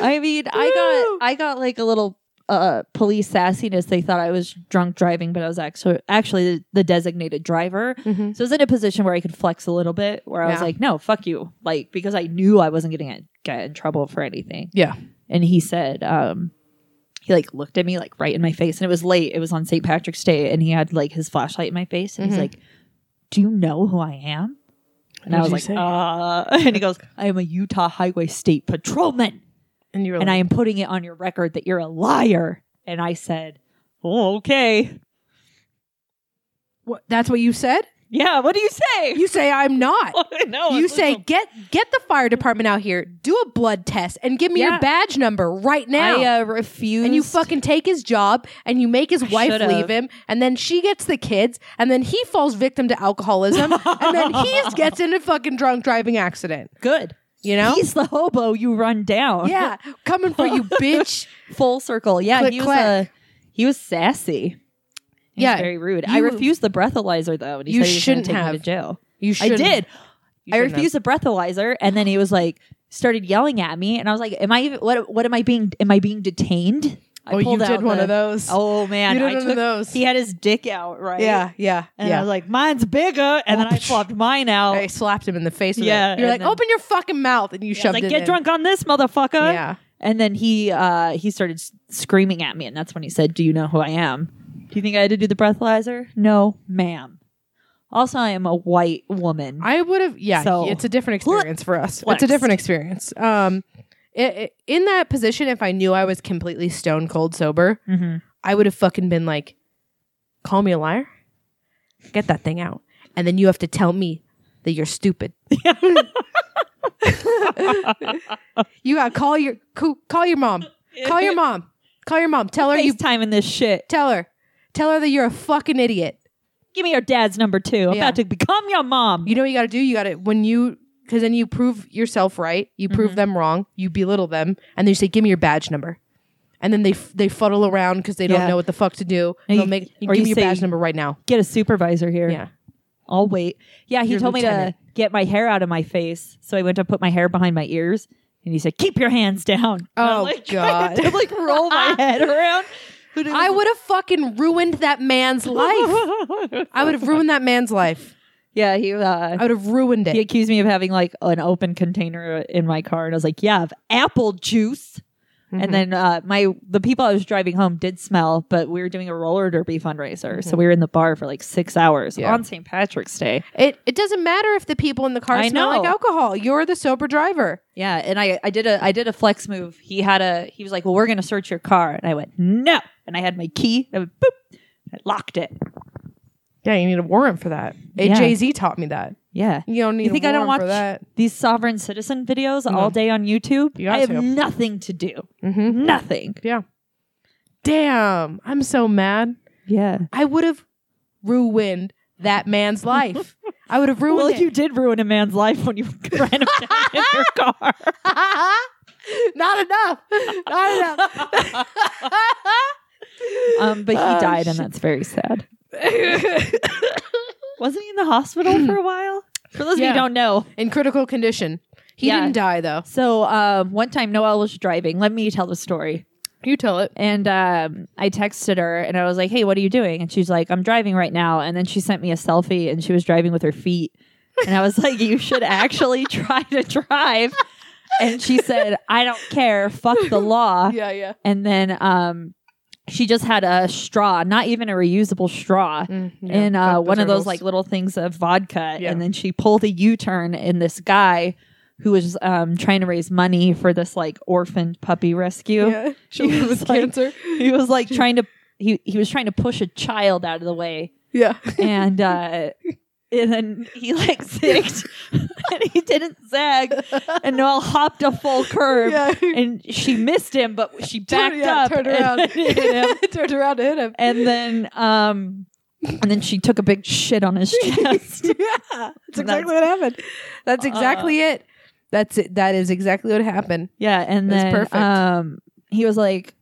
S5: I mean, I
S4: Woo.
S5: got I got like a little uh police sassiness. They thought I was drunk driving, but I was actually actually the, the designated driver.
S4: Mhm.
S5: So I was in a position where I could flex a little bit, where I was
S4: Yeah.
S5: like, "No, fuck you," like because I knew I wasn't getting in, get in trouble for anything.
S4: Yeah.
S5: And he said, um, he like looked at me like right in my face, and it was late. It was on St. Patrick's Day, and he had like his flashlight in my face, and
S4: Mhm.
S5: he's like, "Do you know who I am?" And I
S4: What'd
S5: was
S4: you
S5: like,
S4: say?
S5: "Uh," and he goes, "I am a Utah Highway State Patrolman."
S4: And you were
S5: and I
S4: like,
S5: am putting it on your record that you're a liar. And I said, oh, okay.
S4: what, that's what you said?
S5: Yeah, what do you say?
S4: You say I'm not.
S5: no,
S4: you
S5: Oh, it's
S4: say
S5: legal.
S4: get get the fire department out here, do a blood test, and give me
S5: Yeah.
S4: your badge number right now.
S5: I uh, refuse.
S4: and you fucking take his job, and you make his wife
S5: should've.
S4: leave him, and then she gets the kids, and then he falls victim to alcoholism, and then he gets in a fucking drunk driving accident.
S5: good.
S4: You know?
S5: He's the hobo you run down.
S4: yeah, coming for you, bitch.
S5: full circle. Yeah,
S4: Click,
S5: he was
S4: clack.
S5: uh, he was sassy. He was
S4: Yeah,
S5: very rude. I
S4: you-
S5: refused the breathalyzer though, and he
S4: You
S5: said he was gonna
S4: shouldn't
S5: take me
S4: have.
S5: to jail.
S4: You
S5: I
S4: should.
S5: did.
S4: you
S5: I
S4: shouldn't have.
S5: refused the breathalyzer, and then he was like started yelling at me, and I was like, "Am I even what? What am I being? Am I being detained?" I
S4: Oh, you
S5: pulled
S4: did
S5: out
S4: one
S5: the-
S4: of those.
S5: Oh man,
S4: You did
S5: I
S4: one of
S5: took-
S4: those.
S5: He had his dick out, right?
S4: yeah, yeah,
S5: And I
S4: yeah.
S5: was like, mine's bigger. And then I flopped mine out.
S4: I slapped him in the face. With
S5: Yeah,
S4: it. you're
S5: and
S4: like,
S5: then-
S4: open your fucking mouth, and you
S5: I
S4: shoved
S5: was
S4: it
S5: like, get
S4: in.
S5: drunk on this, motherfucker.
S4: Yeah.
S5: And then he uh, he started s- screaming at me, and that's when he said, "Do you know who I am? Do you think I had to do the breathalyzer? No, ma'am. Also, I am a white woman.
S4: I would have. Yeah,
S5: So-
S4: it's a different
S5: Flex-
S4: experience for us. It's
S5: flexed.
S4: a different experience. Um, i i in that position, if I knew I was completely stone cold sober,
S5: Mhm.
S4: I would have fucking been like, "Call me a liar, get that thing out, and then you have to tell me that you're stupid." you gotta call your coo- call your mom, call your mom, call your mom. Tell her you
S5: FaceTiming this shit.
S4: tell her tell her that you're a fucking idiot.
S5: Give me your dad's number too. I'm
S4: Yeah.
S5: about to become your mom.
S4: You know what you got to do? You got to, when you, because then you prove yourself right, you prove
S5: Mm-hmm.
S4: them wrong, you belittle them, and then you say, give me your badge number. And then they f- they fuddle around because they
S5: Yeah.
S4: don't know what the fuck to do.
S5: No,
S4: They'll
S5: you-
S4: make,
S5: or
S4: give
S5: you
S4: me your
S5: say-
S4: badge number right now.
S5: Get a supervisor here.
S4: Yeah.
S5: I'll wait. Yeah, he
S4: Your
S5: told
S4: lieutenant.
S5: me to get my hair out of my face. So I went to put my hair behind my ears and he said, Keep your hands down. And I
S4: Oh,
S5: like, tried To,
S4: God.
S5: like roll my head around.
S4: I would have fucking ruined that man's life.
S5: Life.
S4: I would have ruined that man's life.
S5: yeah, he
S4: I
S5: uh
S4: would have ruined
S5: he
S4: it.
S5: accused me of having like an open container in my car and I was like, Yeah, of apple juice. And then uh, my the people I was driving home did smell, but we were doing a roller derby fundraiser, so we were in the bar for like six hours
S4: Yeah.
S5: on St. Patrick's Day.
S4: It it doesn't matter if the people in the car
S5: I
S4: smell
S5: know.
S4: like alcohol. You're the sober driver.
S5: Yeah, and I I did a I did a flex move. He had a he was like, "Well, we're gonna search your car," and I went, "No," and I had my key. And I went, boop, and I locked it.
S4: Yeah, you need a warrant for that.
S5: Yeah.
S4: Jay Z taught me that.
S5: Yeah,
S4: You don't need.
S5: you think
S4: a
S5: I don't
S4: warrant
S5: watch
S4: for that.
S5: these sovereign citizen videos all day on YouTube?
S4: You got
S5: I have
S4: to.
S5: nothing Mm-hmm. to do.
S4: Mm-hmm.
S5: Nothing.
S4: Yeah. Damn, I'm so mad.
S5: Yeah.
S4: I would have ruined that man's life. I would have ruined
S5: Well,
S4: it.
S5: you did ruin a man's life when you ran him down in your car.
S4: Not enough. Not enough.
S5: Um, but he
S4: Oh, shit.
S5: died, and that's very sad. Wasn't he in the hospital for a while? For those
S4: Yeah.
S5: of you who don't know,
S4: In critical condition. He
S5: Yeah.
S4: didn't die though.
S5: so um, one time Noelle was driving. Let me tell the story.
S4: You tell it.
S5: And um, I texted her and I was like, hey, what are you doing? And she's like, I'm driving right now. And then she sent me a selfie and she was driving with her feet. And I was like, you should actually try to drive. And she said, I don't care. Fuck the law.
S4: Yeah, yeah.
S5: And then um, she just had a straw, not even a reusable straw.
S4: Mm,
S5: in uh, one of those like little things of vodka,
S4: Yeah.
S5: and then she pulled a U turn, and this guy who was um, trying to raise money for this like orphaned puppy rescue.
S4: Yeah. Children
S5: was
S4: with
S5: like-
S4: cancer.
S5: He was like trying to he he was trying to push a child out of the way,
S4: Yeah.
S5: and uh, and then he like zigged, and he didn't zag, and Noel hopped a full curve.
S4: yeah.
S5: And she missed him, but she backed
S4: Turn- yeah,
S5: up
S4: Turned
S5: and
S4: around.
S5: hit him
S4: turned around and hit him.
S5: and then um and then she took a big shit on his chest
S4: yeah, that's exactly what happened.
S5: Uh.
S4: That's exactly it. That's it. That is exactly what happened.
S5: yeah and
S4: That's
S5: then
S4: perfect.
S5: um he was like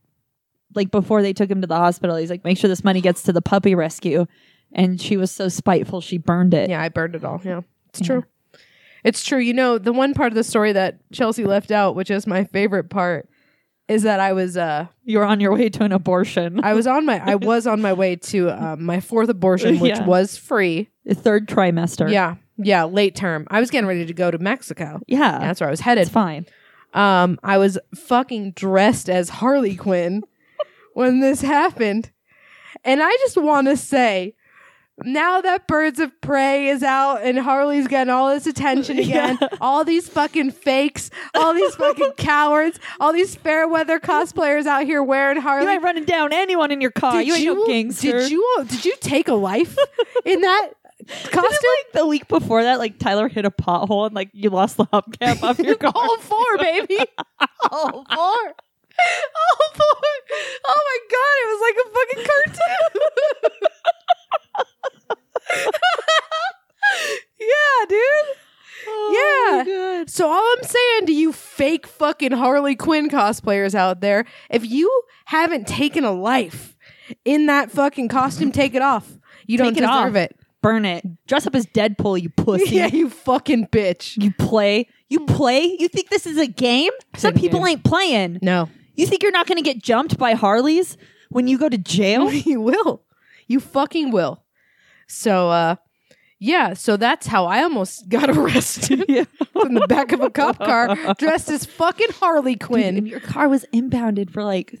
S5: like before they took him to the hospital he's like make sure this money gets to the puppy rescue and she was so spiteful she burned it
S4: Yeah, I burned it all. Yeah, it's true. It's true. You know, the one part of the story that Chelsea left out, which is my favorite part, is that I was uh
S5: you're on your way to an abortion
S4: I was on my I was on my way to um, my fourth abortion, which
S5: Yeah.
S4: was free.
S5: third trimester
S4: Yeah, yeah, late term. I was getting ready to go to Mexico.
S5: yeah
S4: That's where I was
S5: it's
S4: headed.
S5: fine
S4: Um, I was fucking dressed as Harley Quinn when this happened. And I just want to say, now that Birds of Prey is out and Harley's getting all this attention again, all these fucking fakes, all these fucking cowards, all these fair weather cosplayers out here wearing Harley.
S5: you ain't running down anyone in your car you ain't no gangster
S4: Did you uh, did you take a life in that costume?
S5: Didn't, like the week before that like tyler hit a pothole and like you lost the hubcap off your car
S4: all four, baby. All four. All four. Oh my god, it was like a fucking cartoon. yeah, dude.
S5: Oh,
S4: Yeah.
S5: good.
S4: So all I'm saying to you fake fucking Harley Quinn cosplayers out there, if you haven't taken a life in that fucking costume, take it off. You don't
S5: Take it
S4: deserve
S5: off.
S4: it.
S5: burn it. Dress up as Deadpool, you pussy.
S4: Yeah, you fucking bitch.
S5: You play. You play. You think this is a game? Some
S4: a
S5: people
S4: game.
S5: ain't playing.
S4: No.
S5: You think you're not going to get jumped by Harleys when you go to jail?
S4: you will. You fucking will. So uh yeah, so that's how I almost got arrested
S5: Yeah.
S4: in the back of a cop car dressed as fucking Harley Quinn.
S5: and your car was impounded for like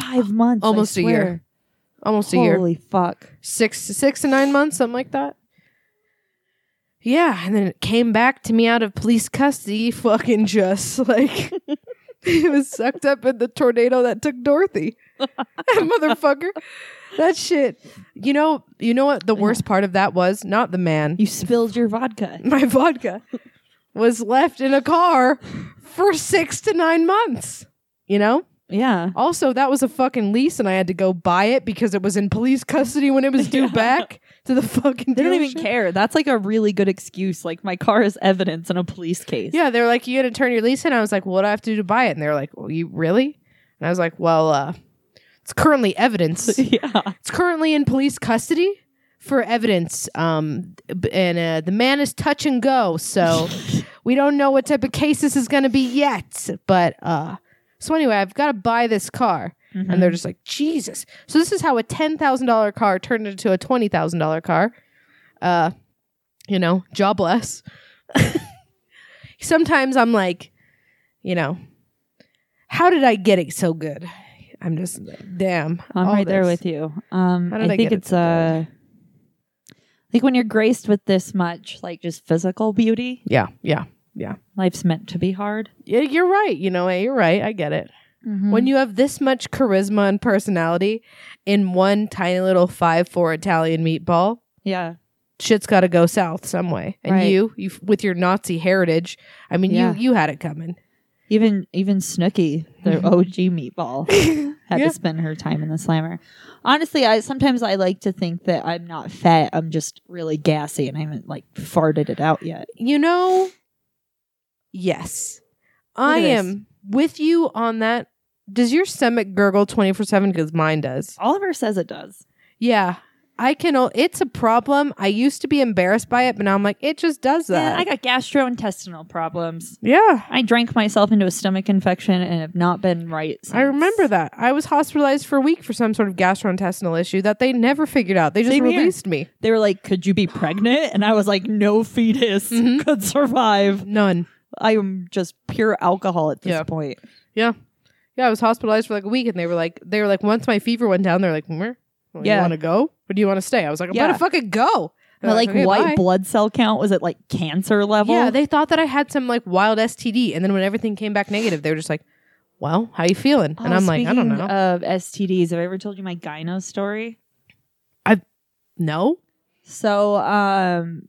S5: five months, I
S4: Almost a
S5: swear.
S4: year. almost a year.
S5: Holy fuck!
S4: Six six to nine months, something like that. Yeah, and then it came back to me out of police custody, fucking just like he was sucked up in the tornado that took Dorothy. motherfucker. That shit. You know, you know what the worst part of that was? Not the man.
S5: You spilled your vodka.
S4: my vodka was left in a car for six to nine months. You know?
S5: Yeah.
S4: Also, that was a fucking lease and I had to go buy it because it was in police custody when it was due back to the fucking
S5: They don't even
S4: dealership.
S5: care. That's like a really good excuse. Like my car is evidence in a police case.
S4: Yeah, they were like, You gotta turn your lease in. I was like, What do I have to do to buy it? And they were like, Well, you really? And I was like, Well, uh, it's currently evidence. it's
S5: Yeah.
S4: currently in police custody for evidence. Um b- and uh, the man is touch and go, so We don't know what type of case this is going to be yet, but uh so anyway, I've got to buy this car. And
S5: Mm-hmm.
S4: they're just like, "Jesus." So this is how a $10,000 car turned into a $20,000 car. Uh you know, job bless. Sometimes I'm like, you know, how did I get it so good? I'm just like, damn.
S5: I'm
S4: all
S5: right there
S4: this.
S5: with you. Um,
S4: How
S5: I,
S4: did I
S5: think
S4: get it
S5: it's
S4: so
S5: uh, like when you're graced with this much, like just physical beauty,
S4: Yeah, yeah, yeah.
S5: life's meant to be hard.
S4: Yeah, you're right. You know, eh, you're right. I get
S5: Mm-hmm.
S4: it. When you have this much charisma and personality in one tiny little five four Italian meatball,
S5: yeah,
S4: shit's got to go south some way. And
S5: Right.
S4: you, you with your Nazi heritage, I mean,
S5: Yeah.
S4: you you had it coming.
S5: even even Snooky, the OG meatball, had
S4: Mm-hmm. Yeah.
S5: to spend her time in the slammer. Honestly, I sometimes I like to think that I'm not fat. I'm just really gassy, and I haven't like farted it out yet.
S4: You know, yes, I
S5: at
S4: am with you on that. Does your stomach gurgle twenty four seven? Because mine does.
S5: Oliver says it does.
S4: Yeah. I can. o- It's a problem. I used to be embarrassed by it, but now I'm like, it just does
S5: Yeah, I
S4: that.
S5: got gastrointestinal problems.
S4: yeah.
S5: I drank myself into a stomach infection and have not been right. Since.
S4: I remember that. I was hospitalized for a week for some sort of gastrointestinal issue that they never figured out. They just
S5: Same here.
S4: released me.
S5: they were like, "Could you be pregnant?" And I was like, "No fetus could survive.
S4: None.
S5: I am just pure alcohol at this
S4: Yeah.
S5: point."
S4: Yeah. Yeah, I was hospitalized for like a week and they were like they were like once my fever went down, they're like, "Mm, well, you
S5: Yeah.
S4: wanna go? Or do you wanna stay? I was like, I'm
S5: Yeah.
S4: gonna fucking go.
S5: My like
S4: Okay,
S5: white
S4: bye.
S5: blood cell count was at like cancer level.
S4: Yeah, they thought that I had some like wild STD, and then when everything came back negative, they were just like, "Well, how you feeling?" And
S5: Oh,
S4: I'm like, "I don't
S5: speaking
S4: know."
S5: Of STDs, have I ever told you my gyno story?
S4: no,
S5: So, um,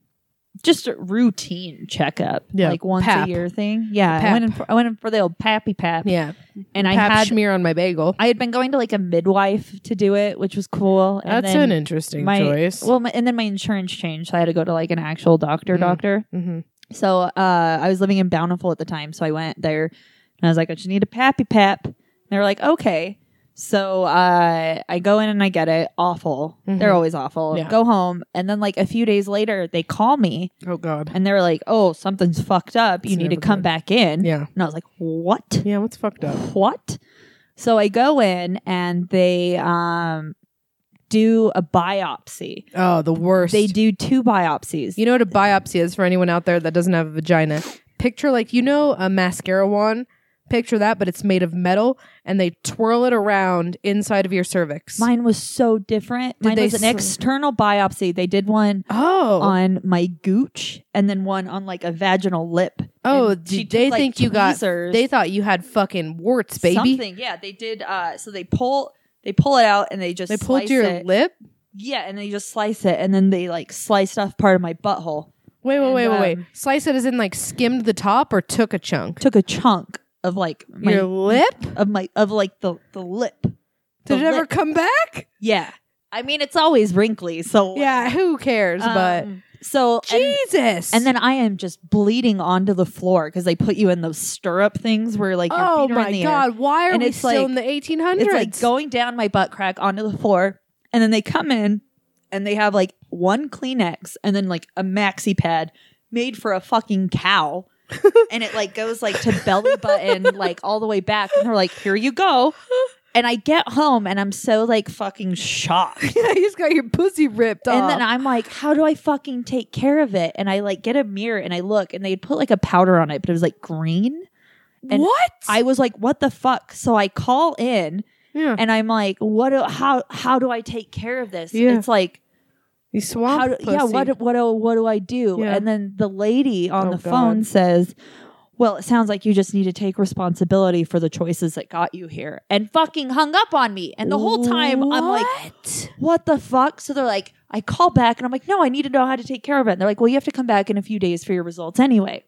S5: just a routine checkup,
S4: Yeah,
S5: like once
S4: pap.
S5: a year thing. Yeah, I
S4: pap.
S5: went in for, I went in for the old pappy pap,
S4: yeah,
S5: and I
S4: pap
S5: had
S4: smear on my bagel.
S5: I had been going to like a midwife to do it, which was cool. And
S4: That's an
S5: then
S4: interesting
S5: my,
S4: choice.
S5: Well, my, and then my insurance changed, so I had to go to like an actual doctor.
S4: Mm.
S5: Doctor.
S4: hmm
S5: So uh, I was living in Bountiful at the time, so I went there and I was like, I just need a pappy pap. And they were like, okay. So uh, I go in and I get it. Awful.
S4: Mhm.
S5: They're always awful.
S4: Yeah.
S5: Go home, and then like a few days later, they call me
S4: Oh God.
S5: and they were like, oh, something's fucked up. You
S4: It's
S5: need to
S4: never
S5: come
S4: good.
S5: back in.
S4: Yeah.
S5: And I was like, what?
S4: Yeah. What's fucked up?
S5: What? So I go in and they um, do a biopsy.
S4: Oh, the worst.
S5: They do two biopsies.
S4: You know what a biopsy is for anyone out there that doesn't have a vagina? Picture like you know a mascara wand. Picture that, but it's made of metal, and they twirl it around inside of your cervix.
S5: Mine was so different.
S4: Did
S5: Mine
S4: they
S5: was an
S4: sl-
S5: external biopsy. They did one
S4: oh,
S5: on my gooch and then one on like a vaginal lip.
S4: oh,
S5: And she
S4: did they
S5: took, like,
S4: think you got?
S5: tweezers,
S4: They thought you had fucking warts, baby.
S5: Something. Yeah, they did. Uh, so they pull they pull it out and they just
S4: They pulled
S5: slice
S4: your
S5: it.
S4: lip.
S5: Yeah, and they just slice it and then they like sliced off part of my butthole.
S4: Wait, wait,
S5: And,
S4: wait, wait, wait.
S5: um,
S4: Slice it as in like skimmed the top or took a chunk.
S5: Took a chunk of like my
S4: your lip?
S5: of my of like the the lip.
S4: Did it ever
S5: lip.
S4: come back?
S5: Yeah. I mean, it's always wrinkly. So
S4: Yeah, who cares? but
S5: um, so and-
S4: Jesus.
S5: And then I am just bleeding onto the floor because they put you in those stirrup things where like your
S4: oh
S5: feet are in
S4: my
S5: the
S4: god, why are
S5: And
S4: we
S5: it's
S4: still
S5: like-
S4: in the 1800s?
S5: air. It's like going down my butt crack onto the floor, and then they come in and they have like one Kleenex and then like a maxi pad made for a fucking cow. and it like goes like to belly button, like all the way back. And they're like, here you go. And I get home and I'm so like fucking shocked.
S4: yeah, you just got your pussy ripped
S5: And
S4: off.
S5: then I'm like, how do I fucking take care of it? And I like get a mirror and I look and they'd put like a powder on it, but it was like green. and
S4: what?
S5: I was like, what the fuck? So I call in
S4: yeah.
S5: and I'm like, what do, how how do I take care of this?
S4: Yeah.
S5: It's like
S4: you swamp
S5: how do, yeah,
S4: pussy.
S5: what do- what do, what do I do?
S4: Yeah.
S5: And then the lady on
S4: Oh,
S5: the phone
S4: God.
S5: says, well, it sounds like you just need to take responsibility for the choices that got you here and fucking hung up on me. And the whole time I'm like,
S4: What?
S5: what the fuck? So they're like, I call back and I'm like, no, I need to know how to take care of it. And they're like, well, you have to come back in a few days for your results anyway.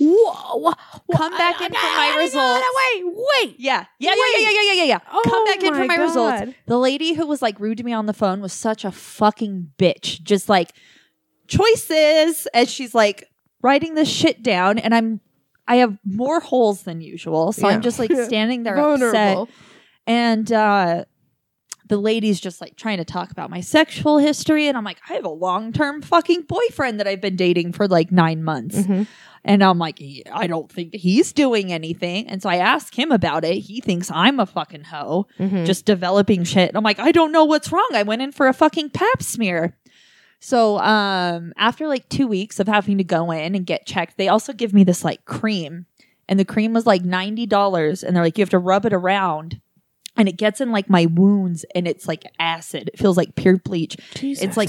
S4: Whoa.
S5: Come back in for my results.
S4: Wait, wait.
S5: Yeah. Yeah, yeah, yeah, yeah, yeah, yeah, yeah.
S4: Oh
S5: come back in for
S4: my
S5: my
S4: God.
S5: results. The lady who was like rude to me on the phone was such a fucking bitch. Just like choices. And she's like writing this shit down. And I'm, I have more holes than usual. So
S4: Yeah.
S5: I'm just like standing there upset.
S4: Vulnerable.
S5: And uh, the lady's just like trying to talk about my sexual history. And I'm like, I have a long term fucking boyfriend that I've been dating for like nine months.
S4: Mhm.
S5: And I'm like, "Yeah, I don't think he's doing anything. And so I ask him about it. He thinks I'm a fucking hoe,
S4: Mhm.
S5: just developing shit. And I'm like, I don't know what's wrong. I went in for a fucking pap smear. So um, after like two weeks of having to go in and get checked, they also give me this like cream. And the cream was like $90. And they're like, you have to rub it around and it gets in like my wounds and it's like acid. It feels like pure bleach. It's like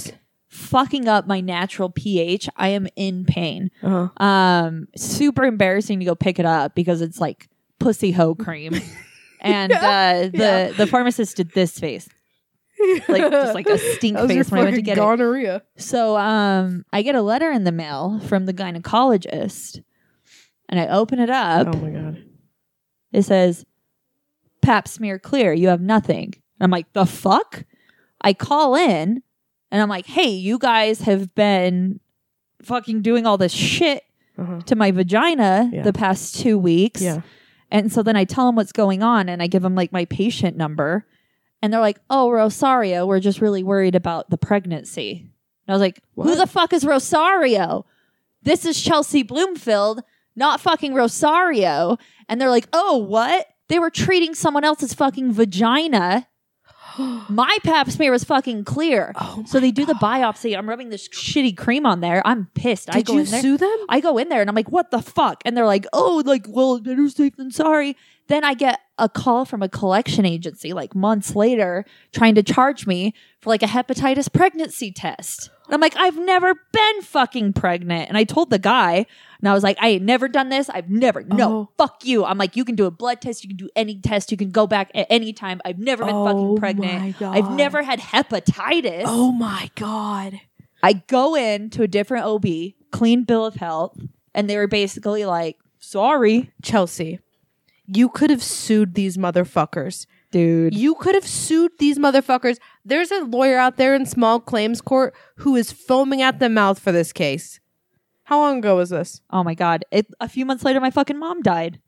S5: fucking up my natural pH. I am in pain.
S4: Uh-huh.
S5: Um super embarrassing to go pick it up because it's like pussy hoe cream. and uh the
S4: yeah.
S5: the pharmacist did this face. Like just like a stink
S4: That was your
S5: face when I went to
S4: fucking
S5: get it.
S4: gonorrhea.
S5: So um I get a letter in the mail from the gynecologist and I open it up.
S4: Oh my god.
S5: It says, Pap smear clear, you have nothing. And I'm like, the fuck? I call in and I'm like, hey, you guys have been fucking doing all this shit
S4: Uh-huh.
S5: to my vagina
S4: Yeah.
S5: the past two weeks.
S4: Yeah.
S5: And so then I tell them what's going on and I give them like my patient number. And they're like, oh, Rosario, we're just really worried about the pregnancy. And I was like, who
S4: What?
S5: the fuck is Rosario? This is Chelsea Bloomfield, not fucking Rosario. And they're like, oh, what? They were treating someone else's fucking vagina. My pap smear was fucking clear.
S4: Oh
S5: so they do the biopsy. I'm rubbing this shitty cream on there. I'm pissed. I
S4: Did
S5: go
S4: you
S5: in there.
S4: sue them?
S5: I go in there and I'm like, what the fuck? And they're like, oh, like, well, better safe than sorry. Then I get a call from a collection agency like months later trying to charge me for like a hepatitis pregnancy test. And I'm like, I've never been fucking pregnant. And I told the guy, and I was like, I ain't never done this. I've never, no,
S4: Oh.
S5: fuck you. I'm like, you can do a blood test. You can do any test. You can go back at any time. I've never been fucking
S4: Oh
S5: pregnant.
S4: my
S5: I've
S4: God.
S5: never had hepatitis.
S4: Oh my god.
S5: I go in to a different OB, clean bill of health, and they were basically like, sorry,
S4: Chelsea, you could have sued these motherfuckers.
S5: dude.
S4: You could have sued these motherfuckers. There's a lawyer out there in small claims court who is foaming at the mouth for this case. How long ago was this?
S5: Oh my god. It, a few months later, my fucking mom died.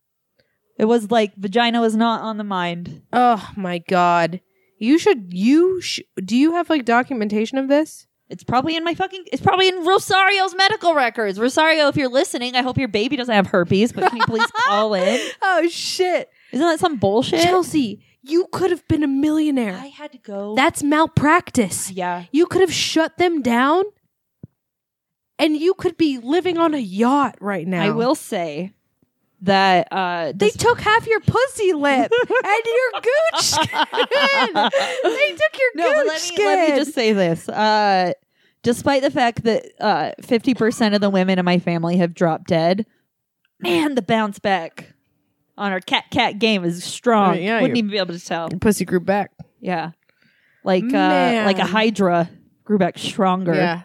S5: It was like vagina was not on the mind.
S4: Oh my god. You should you sh- do you have like documentation of this?
S5: It's probably in my fucking. It's probably in Rosario's medical records. Rosario, if you're listening, I hope your baby doesn't have herpes, but can you please call in?
S4: Oh shit.
S5: Isn't that some bullshit?
S4: Chelsea, you could have been a millionaire.
S5: I had to go.
S4: That's malpractice.
S5: yeah.
S4: You could have shut them down and you could be living on a yacht right now.
S5: I will say that uh,
S4: They
S5: this-
S4: took half your pussy lip and your gooch skin. They took your
S5: no,
S4: gooch
S5: but let me,
S4: skin.
S5: let me just say this. Uh, despite the fact that uh, fifty percent of the women in my family have dropped dead, man, the bounce back on our cat cat game is strong.
S4: Uh, yeah,
S5: Wouldn't
S4: you-
S5: even be able to tell.
S4: pussy grew back.
S5: Yeah, like uh,
S4: Man.
S5: like a hydra grew back stronger.
S4: Yeah.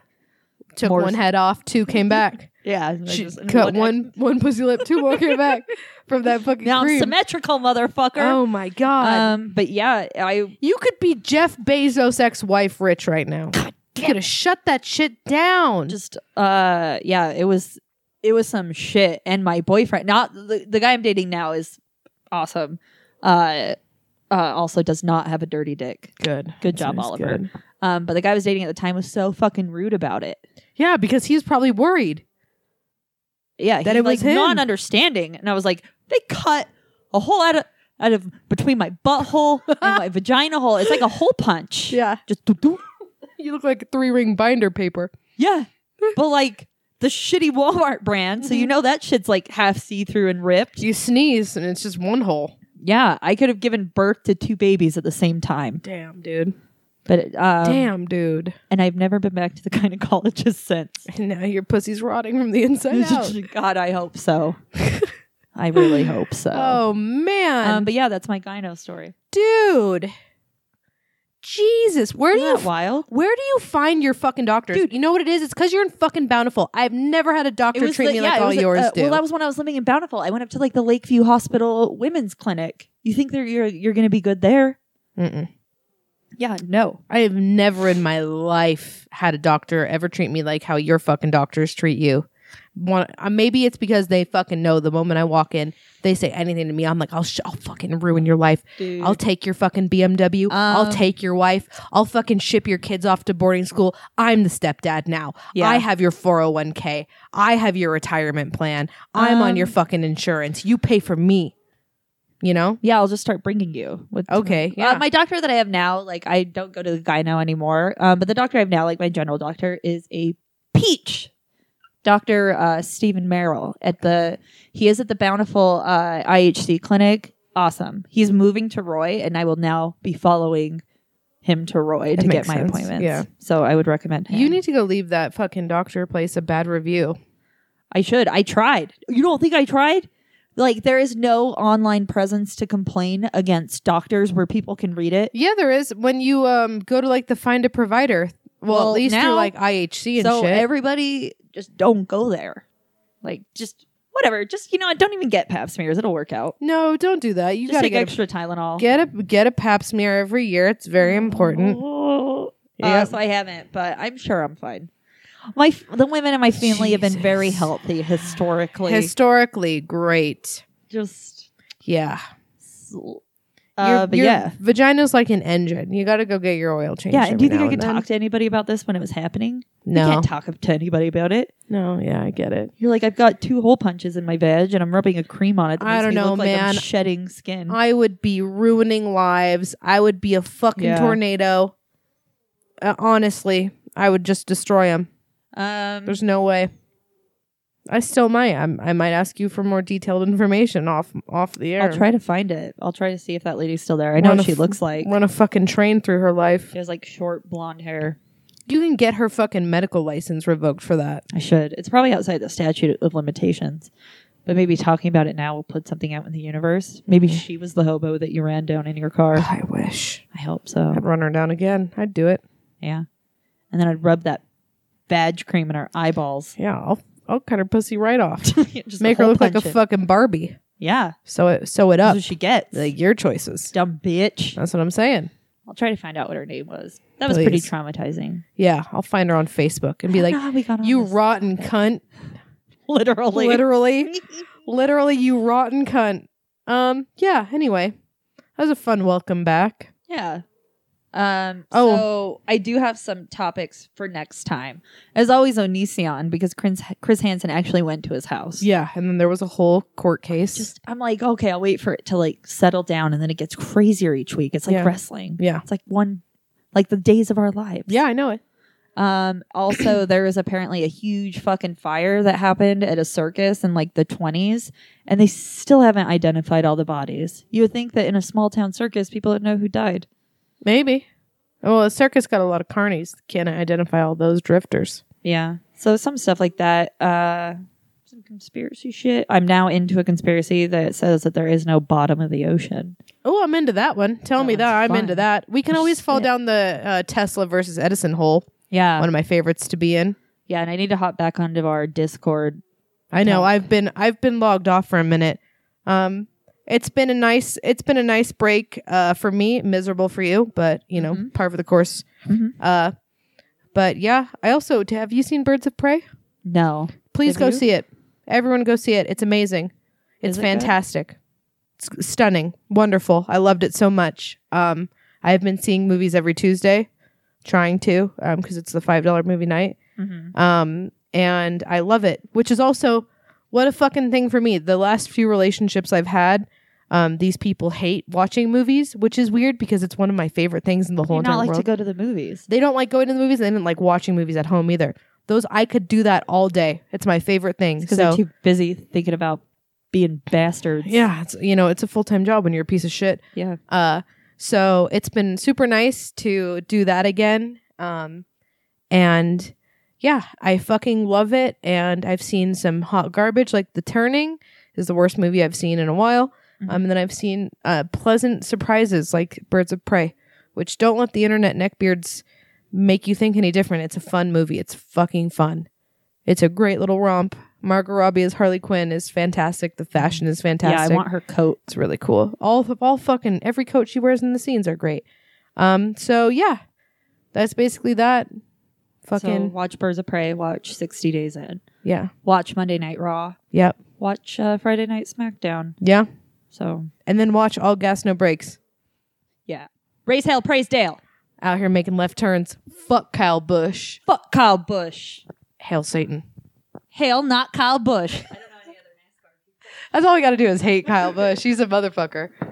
S4: Took
S5: More-
S4: one head off, two came back.
S5: yeah.
S4: She cut one one pussy lip, two more came back from that fucking
S5: Now I'm
S4: cream.
S5: symmetrical, motherfucker.
S4: Oh my god.
S5: um, but yeah, I
S4: you could be Jeff Bezos' ex-wife rich right now. you could have shut that shit down.
S5: just uh, yeah, it was it was some shit. And my boyfriend, not the, the guy I'm dating now, is awesome. Uh, uh, also does not have a dirty dick.
S4: good.
S5: Good job,
S4: Sounds
S5: Oliver.
S4: good.
S5: Um, but the guy I was dating at the time was so fucking rude about it.
S4: Yeah, because he's probably worried.
S5: Yeah,
S4: That
S5: he,
S4: it was
S5: like
S4: him.
S5: non understanding, and I was like, they cut a hole out of out of between my butthole and my vagina hole. It's like a hole punch.
S4: Yeah.
S5: just doo-doo.
S4: You look like three ring binder paper.
S5: Yeah. But like the shitty Walmart brand. So you
S4: Mm-hmm.
S5: know that shit's like half see through and ripped.
S4: You sneeze and it's just one hole.
S5: Yeah. I could have given birth to two babies at the same time.
S4: Damn, dude.
S5: But it, um,
S4: Damn, dude.
S5: And I've never been back to the gynecologist since.
S4: And now your pussy's rotting from the inside out.
S5: God, I hope so. I really hope so.
S4: Oh man,
S5: Um, but yeah, that's my gyno story.
S4: dude. Jesus, where do
S5: Isn't
S4: you
S5: that wild?
S4: where do you find your fucking doctors?
S5: Dude.
S4: you know what it is? It's because you're in fucking Bountiful. I've never had a doctor treat me like
S5: it
S4: all
S5: was the-
S4: yours
S5: uh,
S4: do.
S5: Well, that was when I was living in Bountiful. I went up to like the Lakeview Hospital Women's Clinic. You think that you're you're going to be good there?
S4: Mm-mm.
S5: Yeah, no.
S4: I have never in my life had a doctor ever treat me like how your fucking doctors treat you. One, uh, maybe it's because they fucking know the moment I walk in, they say anything to me. I'm like, I'll, sh- I'll fucking ruin your life.
S5: Dude.
S4: I'll take your fucking BMW. I'll
S5: Um,
S4: take your wife. I'll fucking ship your kids off to boarding school. I'm the stepdad now.
S5: Yeah.
S4: I have your 401k. I have your retirement plan. I'm on your
S5: Um,
S4: fucking insurance. You pay for me. You know?
S5: Yeah, I'll just start bringing you. With
S4: Okay,
S5: Uh,
S4: yeah.
S5: my doctor that I have now, like I don't go to the guy now anymore. Um, but the doctor I have now, like my general doctor, is a peach. Doctor uh, Stephen Merrill at the he is at the Bountiful uh, IHC clinic. Awesome. He's moving to Roy, and I will now be following him to Roy
S4: That
S5: to get
S4: makes
S5: my
S4: sense,
S5: appointments.
S4: yeah.
S5: So I would recommend him.
S4: You need to go leave that fucking doctor place a bad review.
S5: I should. I tried. You don't think I tried? Like there is no online presence to complain against doctors where people can read it.
S4: Yeah, there is. When you um go to like the find a provider, well,
S5: Well,
S4: at least
S5: now-
S4: you're like IHC and
S5: so
S4: shit.
S5: everybody just don't go there. Like just whatever. Just you know, don't even get pap smears. It'll work out.
S4: no, don't do that. You
S5: just
S4: gotta
S5: take
S4: get
S5: extra Tylenol.
S4: a, get a get a pap smear every year. It's very important.
S5: Oh. Uh,
S4: Yep.
S5: so I haven't, but I'm sure I'm fine. My f- the women in my family have been very
S4: Jesus.
S5: healthy historically.
S4: Historically, great.
S5: just
S4: Yeah.
S5: sl-
S4: your,
S5: uh, but
S4: your
S5: yeah,
S4: vagina's like an engine. You got to go get your oil changed.
S5: yeah. And do you
S4: every now
S5: think I could
S4: and then.
S5: talk to anybody about this when it was happening? I
S4: No,
S5: can't talk to anybody about it.
S4: no, yeah, I get it.
S5: You're like, I've got two hole punches in my veg, and I'm rubbing a cream on it. That
S4: I
S5: makes
S4: don't
S5: me
S4: know,
S5: look like I'm
S4: man.
S5: shedding skin.
S4: I would be ruining lives. I would be a fucking
S5: Yeah.
S4: tornado. Uh, honestly, I would just destroy them.
S5: um,
S4: There's no way. I still might. I'm, I might ask you for more detailed information off off the air.
S5: I'll try to find it. I'll try to see if that lady's still there. I know
S4: Run a
S5: what she
S4: f-
S5: looks like.
S4: run a fucking train through her life.
S5: She has like short blonde hair.
S4: You can get her fucking medical license revoked for that.
S5: I should. It's probably outside the statute of limitations. But maybe talking about it now will put something out in the universe.
S4: Mm-hmm.
S5: Maybe she was the hobo that you ran down in your car.
S4: I wish
S5: I hope so.
S4: I'd run her down again. I'd do it.
S5: Yeah. And then I'd rub that badge cream in her eyeballs.
S4: Yeah, I'll I'll cut her pussy right off.
S5: Just
S4: Make her
S5: hole
S4: look like a
S5: punch it.
S4: fucking Barbie.
S5: Yeah.
S4: So it so it
S5: That's
S4: up.
S5: what she gets.
S4: Like uh, your choices.
S5: Dumb bitch.
S4: That's what I'm saying.
S5: I'll try to find out what her name was. That was pretty
S4: Please.
S5: traumatizing.
S4: Yeah, I'll find her on Facebook and be like,
S5: Ah, we got on
S4: "You
S5: this.
S4: rotten cunt."
S5: literally.
S4: Literally, literally, you rotten cunt. Um, yeah. Anyway, that was a fun welcome back.
S5: Yeah. Um,
S4: Oh.
S5: So I do have some topics for next time. As always, Onision, because Chris, Chris Hansen actually went to his house.
S4: Yeah, and then there was a whole court case.
S5: Just, I'm like, okay, I'll wait for it to like settle down, and then it gets crazier each week. It's like
S4: Yeah.
S5: wrestling.
S4: yeah,
S5: It's like one, like the days of our lives.
S4: yeah, I know it.
S5: Um, also, there was apparently a huge fucking fire that happened at a circus in like the 20s, and they still haven't identified all the bodies. You would think that in a small town circus, people would know who died.
S4: Maybe. Well, the circus got a lot of carnies. Can't identify all those drifters.
S5: Yeah. So some stuff like that. Uh, some conspiracy shit. I'm now into a conspiracy that says that there is no bottom of the ocean.
S4: Oh, I'm into that one. Tell
S5: That
S4: me that.
S5: one's
S4: I'm
S5: fun.
S4: into that. We can always fall
S5: Shit.
S4: down the uh, Tesla versus Edison hole.
S5: Yeah.
S4: One of my favorites to be in.
S5: Yeah. And I need to hop back onto our Discord.
S4: I know.
S5: Yeah.
S4: I've been I've been logged off for a minute. Um, it's been a nice it's been a nice break uh, for me, miserable for you, but you know,
S5: Mhm.
S4: par for the course.
S5: Mhm.
S4: Uh, but yeah, I also have you seen Birds of Prey?
S5: No.
S4: Please
S5: Have
S4: go
S5: you?
S4: see it. Everyone go see it. It's amazing. It's
S5: Is it good?
S4: fantastic. It's stunning. Wonderful. I loved it so much. Um, I've been seeing movies every Tuesday, trying to, um, because it's the five dollar movie night
S5: Mm-hmm.
S4: um, and I love it. Which is also what a fucking thing for me. The last few relationships I've had, um, these people hate watching movies, which is weird because it's one of my favorite things in the whole
S5: You
S4: entire
S5: not like to
S4: world.
S5: go to the movies.
S4: they don't like going to the movies. They didn't like watching movies at home either. Those I could do that all day. It's my favorite thing.
S5: Because
S4: So
S5: they're too busy thinking about being bastards.
S4: yeah, it's, you know, it's a full time job when you're a piece of shit.
S5: Yeah.
S4: Uh, so it's been super nice to do that again. Um, and yeah, I fucking love it. And I've seen some hot garbage, like The Turning is the worst movie I've seen in a while.
S5: Mhm.
S4: Um, and then I've seen uh, pleasant surprises like Birds of Prey, which don't let the internet neckbeards make you think any different. It's a fun movie. It's fucking fun. It's a great little romp. Margot Robbie as Harley Quinn is fantastic. The fashion is fantastic.
S5: Mm-hmm. Yeah. I want her coat.
S4: It's really cool. All of all fucking every coat she wears in the scenes are great. Um, so yeah, that's basically that.
S5: So
S4: Fucking
S5: watch Birds of Prey. Watch 60 Days In.
S4: yeah,
S5: Watch Monday Night Raw.
S4: yep,
S5: Watch uh, Friday Night SmackDown.
S4: yeah.
S5: So
S4: And then watch all gas no breaks
S5: yeah. Raise hell, praise Dale.
S4: out here making left turns. Fuck Kyle Bush.
S5: Fuck Kyle Bush.
S4: Hail Satan.
S5: Hail not Kyle Bush.
S4: That's all we got to do is hate Kyle Bush. He's a motherfucker.